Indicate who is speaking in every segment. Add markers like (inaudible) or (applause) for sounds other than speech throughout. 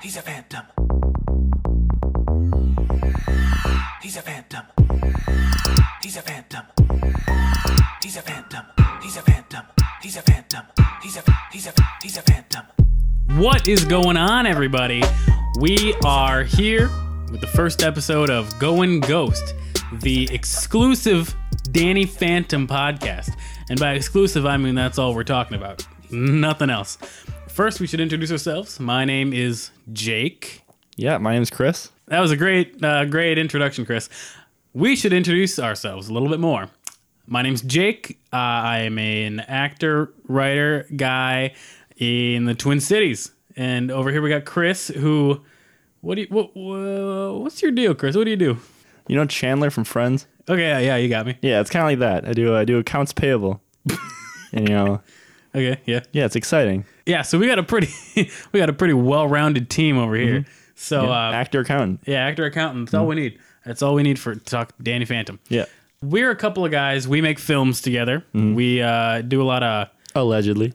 Speaker 1: He's a phantom. He's a phantom. He's a phantom. He's a phantom. He's a phantom. He's a phantom. He's a he's a he's a phantom.
Speaker 2: What is going on, everybody? We are here with the first episode of Going Ghost, the exclusive Danny Phantom podcast. And by exclusive, I mean that's all we're talking about, nothing else. First, we should introduce ourselves. My name is Jake.
Speaker 3: Yeah, my name's Chris.
Speaker 2: That was a great, uh, great introduction, Chris. We should introduce ourselves a little bit more. My name's Jake. Uh, I am an actor, writer, guy in the Twin Cities. And over here we got Chris, who, what do you, what, wha- what's your deal, Chris? What do you do?
Speaker 3: You know Chandler from Friends?
Speaker 2: Okay, yeah, yeah, you got me.
Speaker 3: Yeah, it's kind of like that. I do I do accounts
Speaker 2: (laughs)
Speaker 3: payable. and you know,
Speaker 2: Okay, yeah,
Speaker 3: yeah, it's exciting.
Speaker 2: yeah. So we got a pretty, (laughs) we got a pretty well-rounded team over here. So yeah. Uh,
Speaker 3: Actor accountant.
Speaker 2: yeah, actor, accountant. That's all we need. That's all we need for to talk Danny Phantom.
Speaker 3: Yeah.
Speaker 2: We're a couple of guys. We make films together.
Speaker 3: Mm-hmm.
Speaker 2: We uh, do a lot of.
Speaker 3: Allegedly.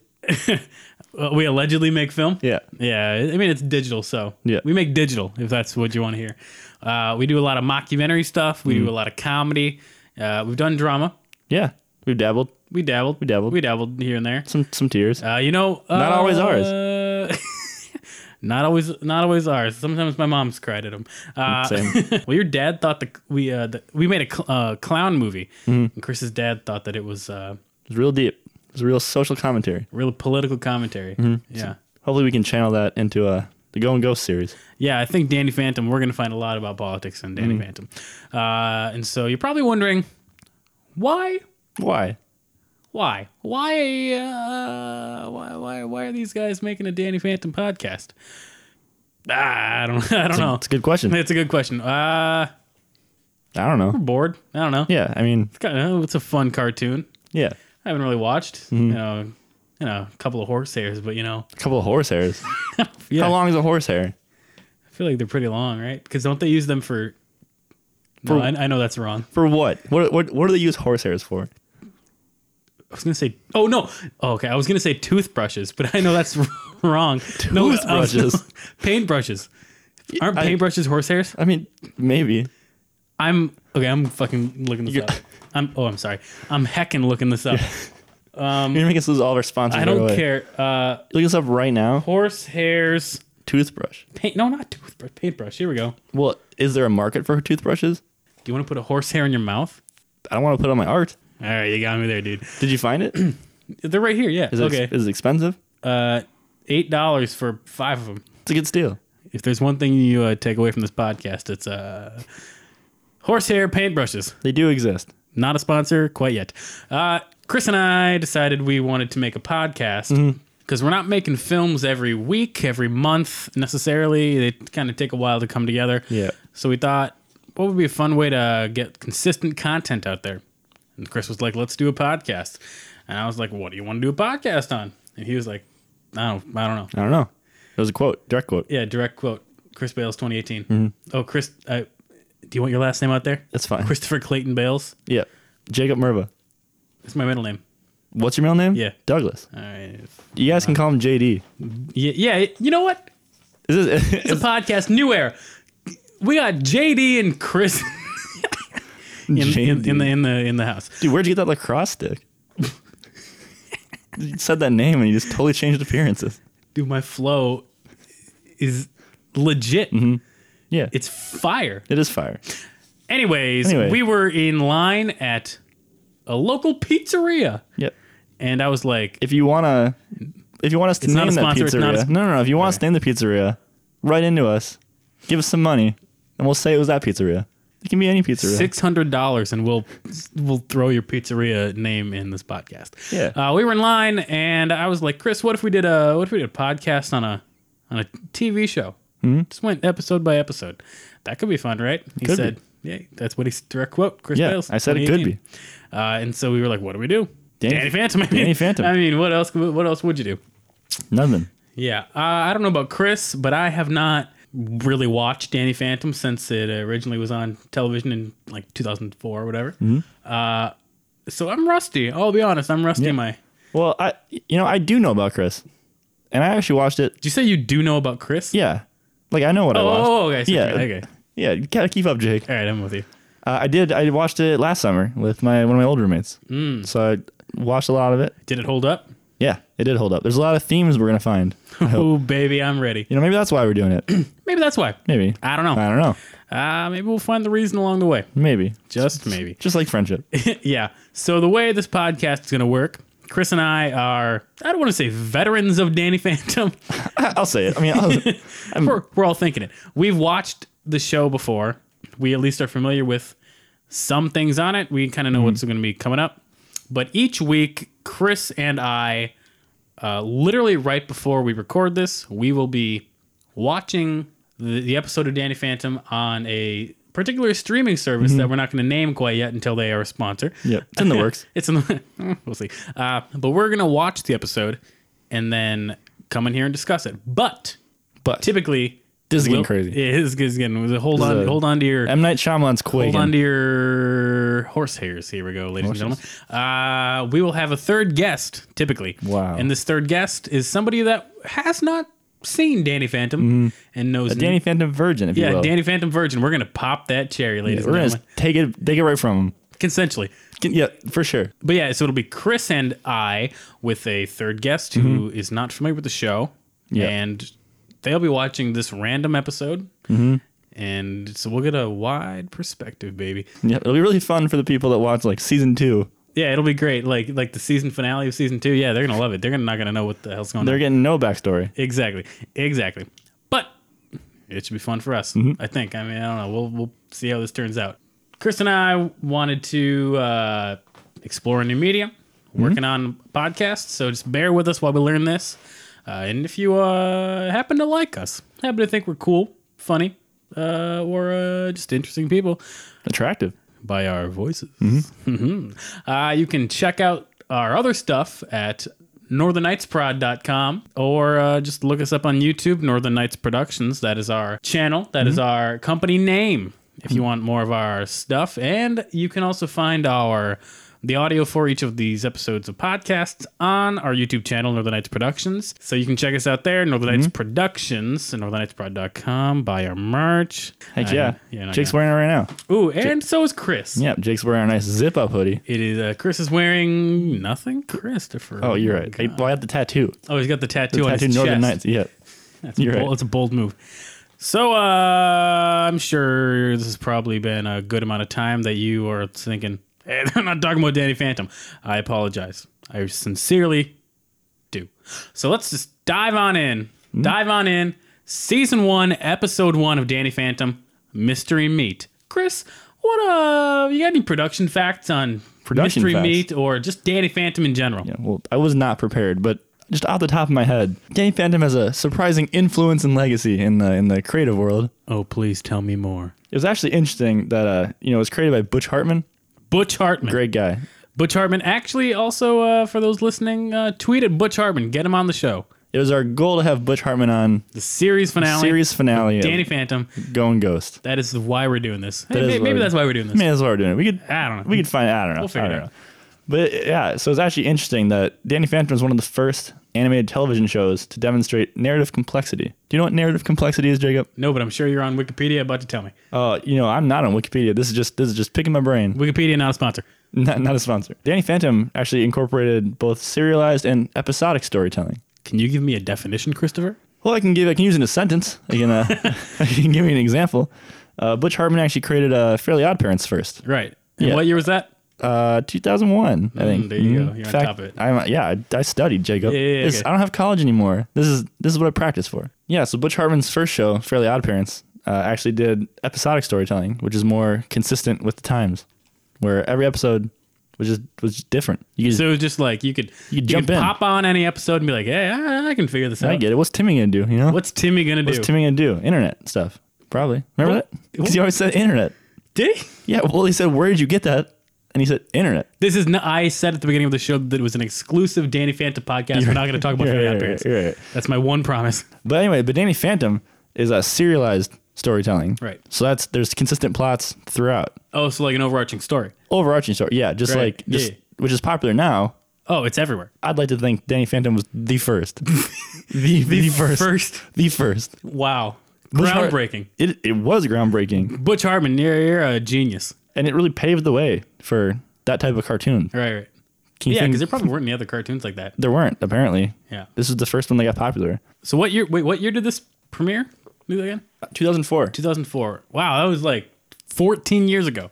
Speaker 2: Well, we allegedly make film.
Speaker 3: Yeah.
Speaker 2: Yeah. I mean, it's digital, so
Speaker 3: Yeah.
Speaker 2: we make digital if that's what you want to hear. Uh, we do a lot of mockumentary stuff.
Speaker 3: Mm-hmm.
Speaker 2: We do a lot of comedy. Uh, we've done drama.
Speaker 3: Yeah. We've dabbled
Speaker 2: We dabbled. We
Speaker 3: dabbled.
Speaker 2: We dabbled here and there.
Speaker 3: some some tears.
Speaker 2: Uh, you know,
Speaker 3: Not always ours.
Speaker 2: ours. (laughs) not always, not always ours. Sometimes my mom's cried at him. Uh,
Speaker 3: Mm, Same.
Speaker 2: (laughs) well, your dad thought the we uh, the, we made a cl- uh, clown movie,
Speaker 3: Mm-hmm.
Speaker 2: and Chris's dad thought that it was uh,
Speaker 3: It's real deep. It's real social commentary.
Speaker 2: real political commentary.
Speaker 3: Mm-hmm.
Speaker 2: Yeah.
Speaker 3: Hopefully we can channel that into uh the Go and Ghost series.
Speaker 2: Yeah, I think Danny Phantom, we're going to find a lot about politics in
Speaker 3: Mm-hmm.
Speaker 2: Danny Phantom. Uh, and so you're probably wondering why?
Speaker 3: Why?
Speaker 2: Why? Why, uh, why, why, why are these guys making a Danny Phantom podcast? Ah, I don't, (laughs) I don't know.
Speaker 3: It's a good question.
Speaker 2: It's a good question. Uh,
Speaker 3: I don't know.
Speaker 2: bored. I don't know.
Speaker 3: Yeah, I mean,
Speaker 2: It's, kind of, it's a fun cartoon.
Speaker 3: yeah.
Speaker 2: I haven't really watched,
Speaker 3: Mm-hmm.
Speaker 2: you know, you know, a couple of horse hairs, but you know,
Speaker 3: A couple of
Speaker 2: (laughs)
Speaker 3: horse hairs.
Speaker 2: yeah,
Speaker 3: How long is a horse hair?
Speaker 2: I feel like they're pretty long, right? Because don't they use them for? No,
Speaker 3: For-
Speaker 2: I, I know that's wrong.
Speaker 3: For what? What what what do they use horse hairs for?
Speaker 2: I was gonna say, oh no, oh, okay. I was gonna say toothbrushes, but I know that's (laughs) wrong. No, I was-
Speaker 3: Toothbrushes.
Speaker 2: (laughs) paintbrushes. Aren't
Speaker 3: I-
Speaker 2: paintbrushes horsehairs?
Speaker 3: I mean, maybe.
Speaker 2: I'm okay. I'm fucking looking this
Speaker 3: You-
Speaker 2: up. I'm oh, I'm sorry. I'm heckin' looking this up.
Speaker 3: You're gonna make us lose all of our sponsors.
Speaker 2: Um, I
Speaker 3: right
Speaker 2: don't
Speaker 3: away.
Speaker 2: care. Uh,
Speaker 3: Look us up right now.
Speaker 2: horsehairs.
Speaker 3: Toothbrush.
Speaker 2: Paint? No, not toothbrush. Paintbrush. Here we go.
Speaker 3: Well, is there a market for toothbrushes?
Speaker 2: Do you want to put a horsehair in your mouth?
Speaker 3: I don't want to put it on my art.
Speaker 2: All right, you got me there, dude.
Speaker 3: Did you find it? Is
Speaker 2: They're right here. Yeah.
Speaker 3: it,
Speaker 2: okay.
Speaker 3: is it expensive?
Speaker 2: Uh, eight dollars for five of them.
Speaker 3: It's a good steal.
Speaker 2: If there's one thing you uh, take away from this podcast, it's uh, horsehair paintbrushes.
Speaker 3: They do exist.
Speaker 2: Not a sponsor quite yet. Uh, Chris and I decided we wanted to make a podcast because we're not making films every week, every month necessarily. They kind of take a while to come together.
Speaker 3: Yeah.
Speaker 2: So we thought, what would be a fun way to get consistent content out there? And Chris was like, let's do a podcast. And I was like, what do you want to do a podcast on? And he was like, I don't, I don't know.
Speaker 3: I don't know. It was a quote, direct quote.
Speaker 2: Yeah, direct quote. Chris Bales, 2018. Oh, Chris, uh, do you want your last name out there?
Speaker 3: That's fine.
Speaker 2: Christopher Clayton Bales.
Speaker 3: Yeah. Jacob Merva.
Speaker 2: That's my middle name.
Speaker 3: What's your middle name?
Speaker 2: Yeah. Uh,
Speaker 3: Douglas.
Speaker 2: All right.
Speaker 3: You guys can call him JD.
Speaker 2: Yeah, yeah, you know what?
Speaker 3: Is (laughs) this,
Speaker 2: It's a podcast, New Era. We got JD and Chris (laughs) in, in,
Speaker 3: JD.
Speaker 2: in the in the in the house.
Speaker 3: dude, where'd you get that
Speaker 2: (laughs)
Speaker 3: lacrosse stick? you said that name and you just totally changed appearances.
Speaker 2: Dude, my flow is legit.
Speaker 3: Yeah.
Speaker 2: It's fire.
Speaker 3: it is fire.
Speaker 2: Anyways,
Speaker 3: Anyway.
Speaker 2: we were in line at a local pizzeria,
Speaker 3: Yep.
Speaker 2: and I was like,
Speaker 3: If you wanna if you want us to
Speaker 2: It's not
Speaker 3: name
Speaker 2: a sponsor,
Speaker 3: that
Speaker 2: it's
Speaker 3: pizzeria.
Speaker 2: not a sp-
Speaker 3: no, no, no. If you want us to name the pizzeria, write into us. Give us some money, and we'll say it was that pizzeria. It can be any pizzeria.
Speaker 2: Six hundred dollars, and we'll we'll throw your pizzeria name in this podcast.
Speaker 3: Yeah.
Speaker 2: uh, we were in line, and I was like, Chris, what if we did a what if we did a podcast on a on a TV show? Just went episode by episode. That could be fun, right? He
Speaker 3: Hmm? Could be.
Speaker 2: said, "Yeah, that's what he s- direct quote." Chris
Speaker 3: Yeah,
Speaker 2: Bales,
Speaker 3: I said it could
Speaker 2: 2018. Uh, and so we were like, "What do we do?" Danny,
Speaker 3: Danny-
Speaker 2: Phantom. I mean,
Speaker 3: Danny Phantom.
Speaker 2: (laughs) I mean, what else? What else would you do?
Speaker 3: Nothing.
Speaker 2: Yeah, uh, I don't know about Chris, but I have not really watched Danny Phantom since it originally was on television in like 2004 or whatever.
Speaker 3: Mm-hmm.
Speaker 2: Uh, so I'm rusty. I'll be honest, I'm rusty. in My, did
Speaker 3: Well, I you know I do know about Chris, and I actually watched it.
Speaker 2: you say you do know about Chris?
Speaker 3: Yeah, Like I know what I
Speaker 2: Oh,
Speaker 3: watched.
Speaker 2: oh, okay. So
Speaker 3: yeah,
Speaker 2: you- okay.
Speaker 3: yeah. You gotta keep up, Jake.
Speaker 2: All right, I'm with you.
Speaker 3: Uh, I did. I watched it last summer with my one of my old roommates. Mm. So I watched a lot of it.
Speaker 2: Did it hold up?
Speaker 3: Yeah, it did hold up. There's a lot of themes we're gonna find. I (laughs) hope.
Speaker 2: Oh, baby, I'm ready.
Speaker 3: you know, maybe that's why we're doing it.
Speaker 2: Maybe that's why.
Speaker 3: Maybe
Speaker 2: I don't know.
Speaker 3: I don't know.
Speaker 2: Uh, maybe we'll find the reason along the way. (laughs)
Speaker 3: Maybe
Speaker 2: Just maybe.
Speaker 3: just like friendship.
Speaker 2: yeah. So the way this podcast is going to work, Chris and I are, I don't want to say veterans of Danny Phantom.
Speaker 3: I'll say it. I mean,
Speaker 2: (laughs)
Speaker 3: I'll,
Speaker 2: we're, we're all thinking it. We've watched the show before. We at least are familiar with some things on it. We kind of know
Speaker 3: Mm-hmm.
Speaker 2: what's going to be coming up. But each week, Chris and I, uh, literally right before we record this, we will be watching the, the episode of Danny Phantom on a particular streaming service that we're not going to name quite yet until they are a sponsor.
Speaker 3: yeah, Mm-hmm. it's in the works.
Speaker 2: (laughs) It's in the we'll see. Uh, but we're gonna watch the episode and then come in here and discuss it. But
Speaker 3: But
Speaker 2: typically,
Speaker 3: This is getting
Speaker 2: we'll-
Speaker 3: crazy.
Speaker 2: It is, it is getting hold on,
Speaker 3: a-
Speaker 2: hold on to your
Speaker 3: M Night Shyamalan's
Speaker 2: hold
Speaker 3: Quake.
Speaker 2: on to your horse hairs. Here we go, ladies and gentlemen. Uh, we will have a third guest typically.
Speaker 3: Wow.
Speaker 2: And this third guest is somebody that has not seen Danny Phantom and knows
Speaker 3: Mm-hmm. Danny Phantom Virgin, if you
Speaker 2: Yeah,
Speaker 3: will.
Speaker 2: Danny Phantom Virgin. We're gonna pop that cherry, ladies
Speaker 3: We're
Speaker 2: and
Speaker 3: gonna
Speaker 2: gentlemen.
Speaker 3: take it take it right from him.
Speaker 2: Consensually.
Speaker 3: Can- Yeah, for sure.
Speaker 2: But yeah, so it'll be Chris and I with a third guest who is not familiar with the show,
Speaker 3: Yeah.
Speaker 2: and they'll be watching this random episode, and so we'll get a wide perspective, baby.
Speaker 3: Yeah, it'll be really fun for the people that watch like season two.
Speaker 2: Yeah, it'll be great. Like like the season finale of season two. Yeah, they're gonna love it. They're gonna not gonna know what the hell's going
Speaker 3: They're
Speaker 2: on.
Speaker 3: getting no backstory.
Speaker 2: Exactly, exactly. But it should be fun for us. I think. I mean, I don't know. We'll we'll see how this turns out. Chris and I wanted to uh, explore new media, working on podcasts. So just bear with us while we learn this. Uh, and if you uh, happen to like us, happen to think we're cool, funny, uh, or uh, just interesting people,
Speaker 3: Attractive.
Speaker 2: by our voices.
Speaker 3: Mm-hmm.
Speaker 2: Mhm. Uh, you can check out our other stuff at northernnightsprod.com or uh, just look us up on YouTube, Northern Knights Productions. That is our channel, That
Speaker 3: Mm-hmm.
Speaker 2: is our company name if you want more of our stuff. And you can also find our the audio for each of these episodes of podcasts on our YouTube channel, Northern Knights Productions. So you can check us out there, Northern
Speaker 3: Mm-hmm.
Speaker 2: Knights Productions, and northernnightsprod.com. Buy our merch.
Speaker 3: Heck
Speaker 2: Uh,
Speaker 3: yeah.
Speaker 2: you're not
Speaker 3: Jake's
Speaker 2: gonna-
Speaker 3: wearing it right now.
Speaker 2: Ooh, and so is Chris.
Speaker 3: Yeah, Jake's wearing a nice zip up hoodie.
Speaker 2: It is. Uh, Chris is wearing nothing. Christopher.
Speaker 3: Oh, you're
Speaker 2: my
Speaker 3: right. I,
Speaker 2: God.
Speaker 3: well, I had the tattoo.
Speaker 2: Oh, he's got the tattoo on
Speaker 3: tattoo
Speaker 2: his
Speaker 3: Northern
Speaker 2: chest.
Speaker 3: Knights. Yeah.
Speaker 2: That's a
Speaker 3: You're
Speaker 2: bold,
Speaker 3: right.
Speaker 2: It's a bold move. So uh, I'm sure this has probably been a good amount of time that you are thinking, "Hey, (laughs) they're not talking about Danny Phantom." I apologize. I sincerely do. So let's just dive on in.
Speaker 3: Hmm?
Speaker 2: Dive on in. Season one, episode one of Danny Phantom, Mystery Meat. Chris, what uh, you got any production facts on
Speaker 3: Production
Speaker 2: Mystery
Speaker 3: facts?
Speaker 2: Meat or just Danny Phantom in general?
Speaker 3: Yeah, well, I was not prepared, but just off the top of my head, Danny Phantom has a surprising influence and legacy in the in the creative world.
Speaker 2: Oh, please tell me more.
Speaker 3: It was actually interesting that uh, you know, it was created by Butch Hartman,
Speaker 2: Butch Hartman.
Speaker 3: great guy.
Speaker 2: Butch Hartman. Actually, also uh, for those listening, uh, tweet at Butch Hartman. Get him on the show.
Speaker 3: It was our goal to have Butch Hartman on
Speaker 2: The series finale.
Speaker 3: series finale of
Speaker 2: Danny Phantom.
Speaker 3: Going Ghost.
Speaker 2: That is the why we're doing this.
Speaker 3: is
Speaker 2: maybe
Speaker 3: why
Speaker 2: maybe
Speaker 3: we're-
Speaker 2: that's why we're doing this.
Speaker 3: I mean, that's what we're doing. We could,
Speaker 2: I don't know.
Speaker 3: we could find. I don't know.
Speaker 2: We'll figure
Speaker 3: I don't
Speaker 2: it out.
Speaker 3: know. But yeah, so it's actually interesting that Danny Phantom is one of the first animated television shows to demonstrate narrative complexity. Do you know what narrative complexity is, Jacob?
Speaker 2: No, but I'm sure you're on Wikipedia about to tell me.
Speaker 3: Uh, you know, I'm not on Wikipedia. This is just this is just picking my brain. (laughs)
Speaker 2: Wikipedia not a sponsor.
Speaker 3: Not, not a sponsor. Danny Phantom actually incorporated both serialized and episodic storytelling.
Speaker 2: Can you give me a definition, Christopher?
Speaker 3: Well, I can give. I can use it in a sentence. I can, uh, (laughs) I can give you an example. Uh, Butch Hartman actually created uh, Fairly Odd Parents first.
Speaker 2: Right. And
Speaker 3: Yeah.
Speaker 2: What year was that?
Speaker 3: Uh, 2001, I think.
Speaker 2: Mm, there you
Speaker 3: Mhm.
Speaker 2: go. You're on
Speaker 3: Fact-
Speaker 2: top of it.
Speaker 3: I'm, yeah, I, I studied, Jacob.
Speaker 2: Yeah, yeah, yeah,
Speaker 3: This-
Speaker 2: okay.
Speaker 3: I don't have college anymore. This is this is what I practice for. Yeah, so Butch Hartman's first show, Fairly Odd Parents, uh, actually did episodic storytelling, which is more consistent with the times, where every episode was just was just different. You just,
Speaker 2: So it was just like you could
Speaker 3: You jump
Speaker 2: could
Speaker 3: in.
Speaker 2: pop on any episode and be like, hey, I, I can figure this
Speaker 3: I
Speaker 2: out.
Speaker 3: get it. What's Timmy gonna do? You know,
Speaker 2: uh, What's Timmy gonna do?
Speaker 3: what's Timmy gonna do? Internet stuff, probably. Remember
Speaker 2: What?
Speaker 3: that? Because he always said internet.
Speaker 2: Did he?
Speaker 3: Yeah. Well, he said, "Where did you get that?" And he said, "Internet."
Speaker 2: This is not, I said at the beginning of the show that it was an exclusive Danny Phantom podcast. We're not going to talk about
Speaker 3: (laughs) You're
Speaker 2: Fairly
Speaker 3: right,
Speaker 2: Odd
Speaker 3: you're
Speaker 2: Parents.
Speaker 3: right, you're right.
Speaker 2: That's my one promise.
Speaker 3: But anyway, but Danny Phantom is a serialized storytelling.
Speaker 2: Right.
Speaker 3: So that's there's consistent plots throughout.
Speaker 2: Oh, so like an overarching story.
Speaker 3: Overarching story. Yeah, just
Speaker 2: Right,
Speaker 3: like just
Speaker 2: yeah.
Speaker 3: which is popular now.
Speaker 2: Oh, it's
Speaker 3: (laughs)
Speaker 2: everywhere.
Speaker 3: I'd like
Speaker 2: (laughs)
Speaker 3: to think Danny Phantom was the first. the, the, first.
Speaker 2: First,
Speaker 3: The first.
Speaker 2: wow.
Speaker 3: Butch Har-
Speaker 2: Groundbreaking.
Speaker 3: it, it was groundbreaking,
Speaker 2: Butch Hartman, you're, you're a genius.
Speaker 3: and it really paved the way for that type of cartoon.
Speaker 2: Right, right.
Speaker 3: Can you
Speaker 2: Yeah,
Speaker 3: think-
Speaker 2: because there probably weren't any other cartoons like that.
Speaker 3: there weren't apparently.
Speaker 2: Yeah.
Speaker 3: This was the first one that got popular.
Speaker 2: So what year? Wait, what year did this premiere? Do that again?
Speaker 3: 2004.
Speaker 2: 2004. Wow, that was like 14 years ago.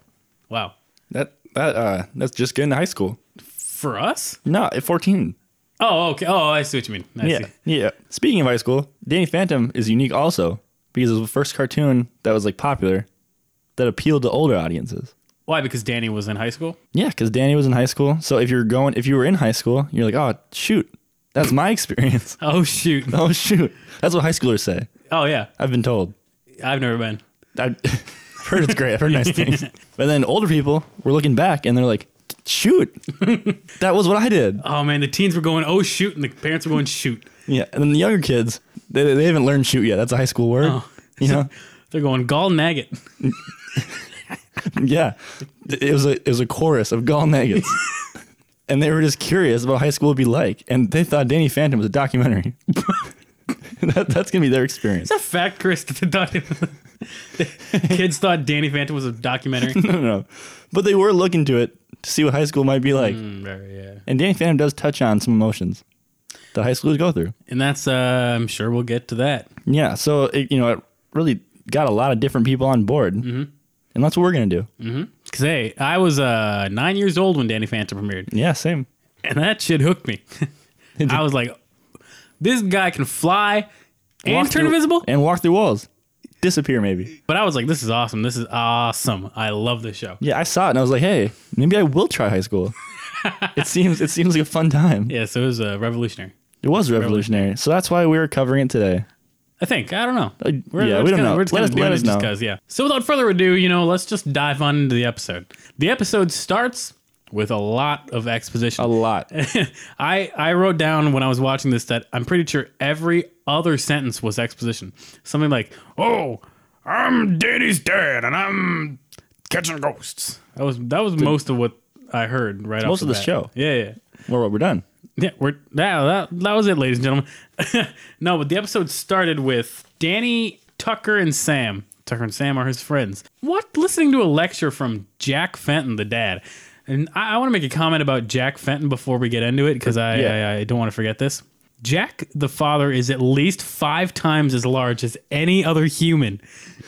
Speaker 2: Wow.
Speaker 3: That that uh that's just getting to high school.
Speaker 2: For us?
Speaker 3: No, at 14.
Speaker 2: Oh, okay. Oh, I see what you mean. I
Speaker 3: yeah.
Speaker 2: see.
Speaker 3: Yeah. Speaking of high school, Danny Phantom is unique also because it was the first cartoon that was like popular that appealed to older audiences.
Speaker 2: Why? Because Danny was in high school.
Speaker 3: Yeah, cuz Danny was in high school. So if you're going if you were in high school, you're like, "Oh, shoot. That's my experience." (laughs)
Speaker 2: Oh shoot.
Speaker 3: oh, shoot. That's what high schoolers say.
Speaker 2: Oh yeah.
Speaker 3: I've been told.
Speaker 2: I've never been.
Speaker 3: I- I've (laughs) heard it's great. I've heard nice things. (laughs) But then older people were looking back and they're like, shoot, that was what I did.
Speaker 2: Oh man, the teens were going oh shoot, and the parents were going shoot.
Speaker 3: Yeah. And then the younger kids, they, they haven't learned shoot yet. That's a high school word.
Speaker 2: Oh.
Speaker 3: You (laughs) know?
Speaker 2: They're going gall nagget.
Speaker 3: yeah. It was a it was a chorus of
Speaker 2: (laughs)
Speaker 3: gall nuggets. and they were just curious about what high school would be like. And they thought Danny Phantom was a documentary. (laughs) that, that's gonna be
Speaker 2: (laughs)
Speaker 3: their experience.
Speaker 2: Is that fact, Chris? that The (laughs) documentary. Kids thought Danny Phantom was a documentary.
Speaker 3: no, no, no. But they were looking to it to see what high school might be like.
Speaker 2: Mm, right, yeah.
Speaker 3: And Danny Phantom does touch on some emotions that high schoolers go through.
Speaker 2: And that's uh, I'm sure we'll get to that.
Speaker 3: Yeah, so it, you know, it really got a lot of different people on board, mm-hmm. and that's what we're gonna do.
Speaker 2: Mm. Cause hey, I was uh nine years old when Danny Phantom premiered,
Speaker 3: Yeah, same.
Speaker 2: and that shit hooked me. I was like, this guy can fly and
Speaker 3: Walk
Speaker 2: turn
Speaker 3: through-
Speaker 2: invisible.
Speaker 3: and walk through walls, disappear maybe.
Speaker 2: But I was like, this is awesome. This is awesome. I love this show.
Speaker 3: Yeah, I saw it and I was like, hey, maybe I will try high school. it seems it seems like a fun time.
Speaker 2: Yeah, so it was uh, revolutionary.
Speaker 3: It was revolutionary, so that's why we're covering it today.
Speaker 2: I think. I don't know.
Speaker 3: Uh, yeah, we
Speaker 2: just
Speaker 3: don't
Speaker 2: gonna-
Speaker 3: know.
Speaker 2: We're just
Speaker 3: Let
Speaker 2: gonna
Speaker 3: us-
Speaker 2: do
Speaker 3: let
Speaker 2: it
Speaker 3: us
Speaker 2: just
Speaker 3: know.
Speaker 2: 'cause, yeah. So without further ado, you know, let's just dive on into the episode. The episode starts with a lot of exposition.
Speaker 3: A lot.
Speaker 2: (laughs) I I wrote down when I was watching this that I'm pretty sure every other sentence was exposition. Something like, "Oh, I'm Danny's dad, and I'm catching ghosts." That was that was most of what I heard right off
Speaker 3: Most of
Speaker 2: the
Speaker 3: the
Speaker 2: bat.
Speaker 3: show.
Speaker 2: Yeah, yeah.
Speaker 3: well, we're done.
Speaker 2: (laughs) Yeah, we're that, that that was it, ladies and gentlemen. (laughs) no, but the episode started with Danny, Tucker, and Sam. Tucker and Sam are his friends. What? Listening to a lecture from Jack Fenton, the dad. And I, I want to make a comment about Jack Fenton before we get into it because I,
Speaker 3: Yeah.
Speaker 2: I I don't want to forget this. Jack, the father, is at least five times as large as any other human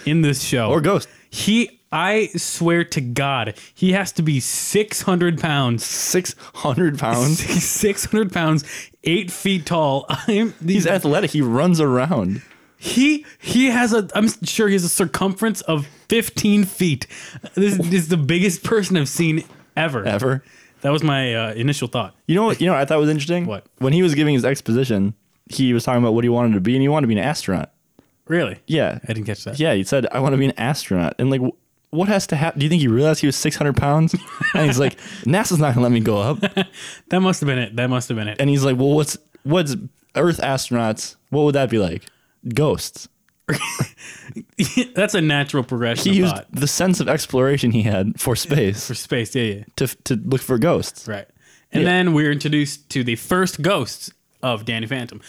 Speaker 2: in this show
Speaker 3: Or ghost.
Speaker 2: He, I swear to God, he has to be six hundred pounds
Speaker 3: Six hundred
Speaker 2: (laughs)
Speaker 3: pounds.
Speaker 2: He's 600 pounds, eight feet tall. (laughs) I'm,
Speaker 3: He's athletic. He runs around.
Speaker 2: he he has a. I'm sure he has a circumference of 15 feet. This is the biggest person I've seen ever.
Speaker 3: Ever.
Speaker 2: That was my uh, initial thought.
Speaker 3: You know what? You know what I thought was interesting.
Speaker 2: What?
Speaker 3: When he was giving his exposition, he was talking about what he wanted to be, and he wanted to be an astronaut.
Speaker 2: Really?
Speaker 3: Yeah,
Speaker 2: I didn't catch that.
Speaker 3: yeah. He said, "I want to be an astronaut," and like, wh- what has to happen? Do you think he realized he was six hundred pounds? and he's like, "NASA's not gonna let me go up."
Speaker 2: That must have been it. That must have
Speaker 3: (laughs)
Speaker 2: been it. (laughs)
Speaker 3: And he's like, "Well, what's what's Earth astronauts? What would that be like? Ghosts."
Speaker 2: That's a natural progression
Speaker 3: He
Speaker 2: of
Speaker 3: used
Speaker 2: thought
Speaker 3: the sense of exploration he had for space
Speaker 2: for space. Yeah, yeah.
Speaker 3: to to look for ghosts.
Speaker 2: Right. And
Speaker 3: Yeah.
Speaker 2: then we're introduced to the first ghosts of Danny Phantom.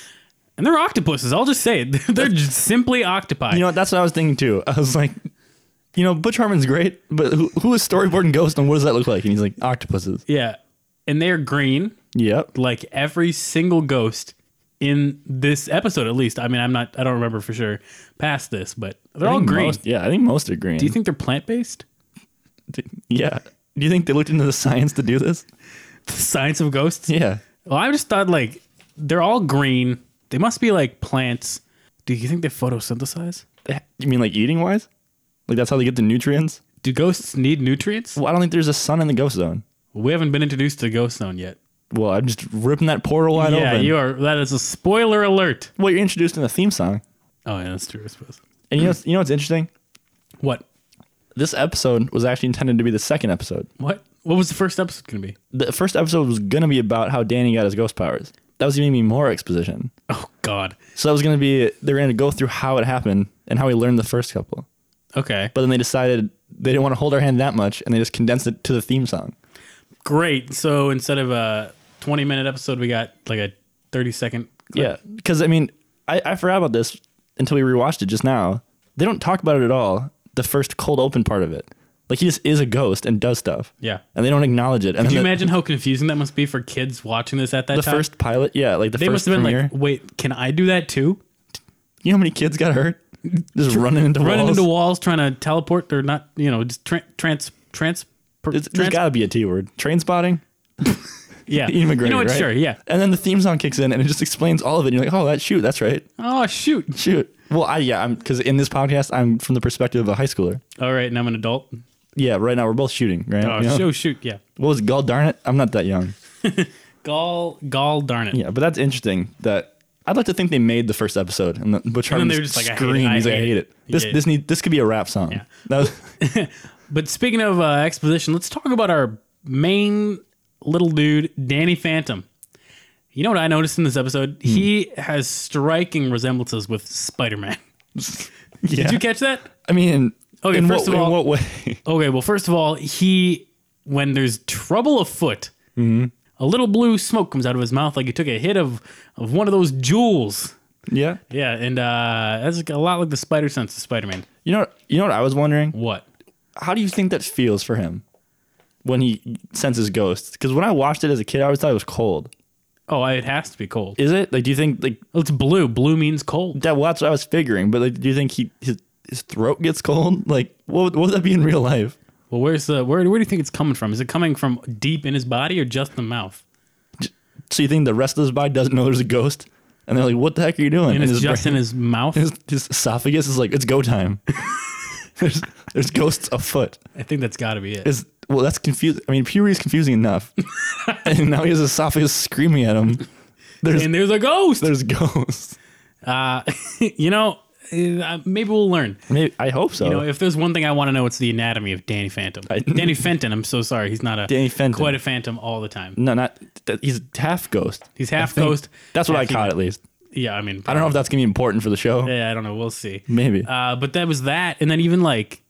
Speaker 2: And they're octopuses. I'll just say it. (laughs) They're just simply octopi.
Speaker 3: You know, what? that's what I was thinking too. I was like. You know, Butch Harmon's great, but who, who is storyboarding Ghost and what does that look like? And he's like, octopuses.
Speaker 2: yeah. And they're green.
Speaker 3: Yep.
Speaker 2: like every single ghost in this episode at least i mean i'm not i don't remember for sure past this but they're all
Speaker 3: think
Speaker 2: green
Speaker 3: most- yeah, I think most are green.
Speaker 2: do you think they're plant-based
Speaker 3: Yeah. Do you think they looked into the science to do this? (laughs)
Speaker 2: the science of ghosts
Speaker 3: Yeah.
Speaker 2: well i just thought like they're all green they must be like plants do you think they photosynthesize
Speaker 3: You mean like eating wise? Like that's how they get the nutrients?
Speaker 2: do ghosts need nutrients
Speaker 3: Well, I don't think there's a sun in the ghost zone.
Speaker 2: we haven't been introduced to the ghost zone yet
Speaker 3: Well, I'm just ripping that portal wide
Speaker 2: yeah
Speaker 3: open.
Speaker 2: you are that is a spoiler alert
Speaker 3: well, you're introduced in the theme song.
Speaker 2: oh yeah that's true i suppose
Speaker 3: And you know, you know what's interesting?
Speaker 2: what
Speaker 3: This episode was actually intended to be the second episode.
Speaker 2: what what was the first episode gonna be
Speaker 3: The first episode was going to be about how Danny got his ghost powers. That was going to be more exposition.
Speaker 2: oh god
Speaker 3: So that was going to be, they're going to go through how it happened and how he learned the first couple.
Speaker 2: okay
Speaker 3: But then they decided they didn't want to hold our hand that much and they just condensed it to the theme song.
Speaker 2: Great. So instead of a 20 minute episode, we got like a 30 second.
Speaker 3: Yeah, because I mean, I, I forgot about this until we rewatched it just now. they don't talk about it at all. The first cold open part of it, like he just is a ghost and does stuff.
Speaker 2: Yeah.
Speaker 3: and they don't acknowledge it. And
Speaker 2: Can you
Speaker 3: then the,
Speaker 2: imagine how confusing that must be for kids watching this at that
Speaker 3: the
Speaker 2: time?
Speaker 3: first pilot? Yeah, like the
Speaker 2: they must
Speaker 3: first
Speaker 2: have been
Speaker 3: premiere.
Speaker 2: like, "Wait, can I do that too?"
Speaker 3: you know how many kids got hurt (laughs) just running into
Speaker 2: Running
Speaker 3: walls.
Speaker 2: into walls, trying to teleport, or not, you know, just tra- trans, trans, per-
Speaker 3: It's- there's
Speaker 2: trans-
Speaker 3: got to be a T word. Train spotting.
Speaker 2: yeah,
Speaker 3: Ian McGregor,
Speaker 2: you know what?
Speaker 3: right?
Speaker 2: Sure, yeah.
Speaker 3: And then the theme song kicks in and it just explains all of it. And you're like, oh, that shoot, that's right.
Speaker 2: Oh shoot!
Speaker 3: Shoot. Well, I yeah, I'm because in this podcast, I'm from the perspective of a high schooler.
Speaker 2: All right, and I'm an adult.
Speaker 3: Yeah, right now we're both shooting, right?
Speaker 2: Oh
Speaker 3: You know?
Speaker 2: shoot, shoot, yeah.
Speaker 3: What was it, God darn it? I'm not that young.
Speaker 2: Gall, gall, darn it.
Speaker 3: Yeah, but that's interesting. That I'd like to think they made the first episode and the Butch
Speaker 2: then
Speaker 3: Hartman
Speaker 2: they were just like, I hate it,
Speaker 3: screamed,
Speaker 2: I
Speaker 3: he's like, I
Speaker 2: hate
Speaker 3: hate
Speaker 2: it.
Speaker 3: it. This
Speaker 2: Yeah.
Speaker 3: this need this could be a rap song.
Speaker 2: Yeah.
Speaker 3: That was,
Speaker 2: But speaking of uh, exposition, let's talk about our main little dude, Danny Phantom. You know what I noticed in this episode?
Speaker 3: Hmm.
Speaker 2: He has striking resemblances with Spider Man.
Speaker 3: yeah.
Speaker 2: (laughs) Did you catch that?
Speaker 3: I mean,
Speaker 2: Okay,
Speaker 3: in
Speaker 2: first
Speaker 3: what,
Speaker 2: of all-
Speaker 3: in what way?
Speaker 2: Okay, well, first of all, he, when there's trouble afoot,
Speaker 3: Mm-hmm.
Speaker 2: a little blue smoke comes out of his mouth like he took a hit of, of one of those jewels.
Speaker 3: yeah.
Speaker 2: Yeah, and uh, that's a lot like the spider sense of Spider Man.
Speaker 3: You know, you know what I was wondering.
Speaker 2: What?
Speaker 3: how do you think that feels for him when he senses ghosts? Because when I watched it as a kid, I always thought it was cold.
Speaker 2: Oh, it has to be cold.
Speaker 3: Is it like? Do you think like
Speaker 2: It's blue. Blue means cold.
Speaker 3: that? Well, that's what I was figuring. But like, do you think he his his throat gets cold? (laughs) Like, what would, what would that be in real life?
Speaker 2: Well, where's the where? Where do you think it's coming from? Is it coming from deep in his body or just the mouth?
Speaker 3: So you think the rest of his body doesn't know there's a ghost, and they're like, "What the heck are you doing?"
Speaker 2: And, it's
Speaker 3: his,
Speaker 2: just
Speaker 3: brain-
Speaker 2: in his mouth.
Speaker 3: (laughs) his his esophagus is like, "It's go
Speaker 2: (laughs)
Speaker 3: time." there's there's ghosts afoot.
Speaker 2: I think that's got to be it.
Speaker 3: Is well, that's confusing. I mean, puberty is
Speaker 2: (laughs)
Speaker 3: confusing enough, and now he has his esophagus screaming at him. There's
Speaker 2: and there's a ghost.
Speaker 3: there's ghosts.
Speaker 2: Uh, (laughs) you know, uh, maybe we'll learn.
Speaker 3: Maybe, I hope so.
Speaker 2: You know, if there's one thing I want to know, it's the anatomy of Danny Phantom.
Speaker 3: Oh. I- (laughs)
Speaker 2: Danny Fenton. I'm so sorry. He's not a
Speaker 3: Danny Fenton.
Speaker 2: Quite a phantom all the time.
Speaker 3: No, not that he's half ghost.
Speaker 2: He's
Speaker 3: I
Speaker 2: half
Speaker 3: think-
Speaker 2: ghost.
Speaker 3: That's what
Speaker 2: half
Speaker 3: I caught
Speaker 2: human.
Speaker 3: at least.
Speaker 2: Yeah, I mean,
Speaker 3: I don't know if that's gonna be important for the show.
Speaker 2: Yeah, I don't know. We'll see.
Speaker 3: Maybe.
Speaker 2: Uh, but that was that, and then even like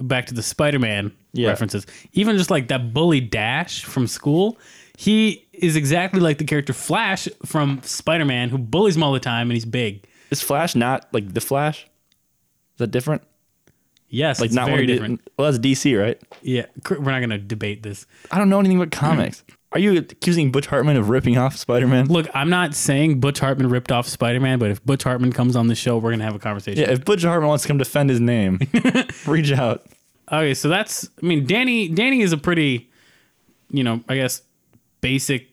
Speaker 2: back to the Spider-Man
Speaker 3: Yeah.
Speaker 2: references. Even just like that bully Dash from school, he is exactly like the character Flash from Spider-Man, who bullies him all the time, and he's big.
Speaker 3: Is Flash not like the Flash? Is that different?
Speaker 2: Yes,
Speaker 3: Like
Speaker 2: it's
Speaker 3: not one
Speaker 2: very
Speaker 3: of the-
Speaker 2: different.
Speaker 3: Well, that's DC, right?
Speaker 2: Yeah, cr- we're not gonna debate this.
Speaker 3: I don't know anything
Speaker 2: (clears throat)
Speaker 3: about comics. Are you accusing Butch Hartman of ripping off Spider-Man?
Speaker 2: Look, I'm not saying Butch Hartman ripped off Spider-Man, but if Butch Hartman comes on the show, we're gonna have a conversation.
Speaker 3: Yeah, if Butch Hartman wants to come defend his
Speaker 2: (laughs)
Speaker 3: name, reach out.
Speaker 2: Okay, so that's I mean Danny Danny is a pretty you know, I guess basic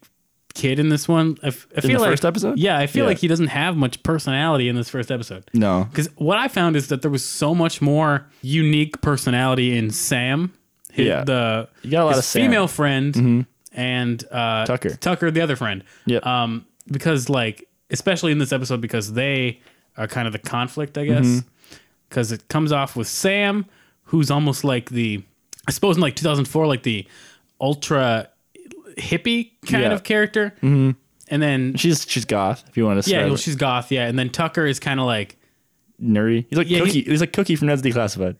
Speaker 2: kid in this one. I, f- I feel
Speaker 3: the
Speaker 2: like
Speaker 3: first episode?
Speaker 2: Yeah, I feel
Speaker 3: Yeah.
Speaker 2: like he doesn't have much personality in this first episode.
Speaker 3: No.
Speaker 2: Cuz what I found is that there was so much more unique personality in Sam, his,
Speaker 3: Yeah.
Speaker 2: the
Speaker 3: You got a lot
Speaker 2: his
Speaker 3: of Sam. Mm-hmm.
Speaker 2: female friend and uh
Speaker 3: Tucker.
Speaker 2: Tucker the other friend.
Speaker 3: Yep.
Speaker 2: Um because like especially in this episode because they are kind of the conflict, I guess
Speaker 3: Mm-hmm.
Speaker 2: because it comes off with Sam, who's almost like the, I suppose in like 2004, like the ultra hippie kind
Speaker 3: Yeah.
Speaker 2: of character. Mm-hmm. And then,
Speaker 3: She's she's goth. If you want to,
Speaker 2: yeah,
Speaker 3: describe
Speaker 2: well,
Speaker 3: it.
Speaker 2: she's goth, yeah. And then Tucker is kind of like,
Speaker 3: nerdy. He's like
Speaker 2: Yeah,
Speaker 3: Cookie.
Speaker 2: he-
Speaker 3: he's like Cookie from Ned's
Speaker 2: (laughs)
Speaker 3: Declassified.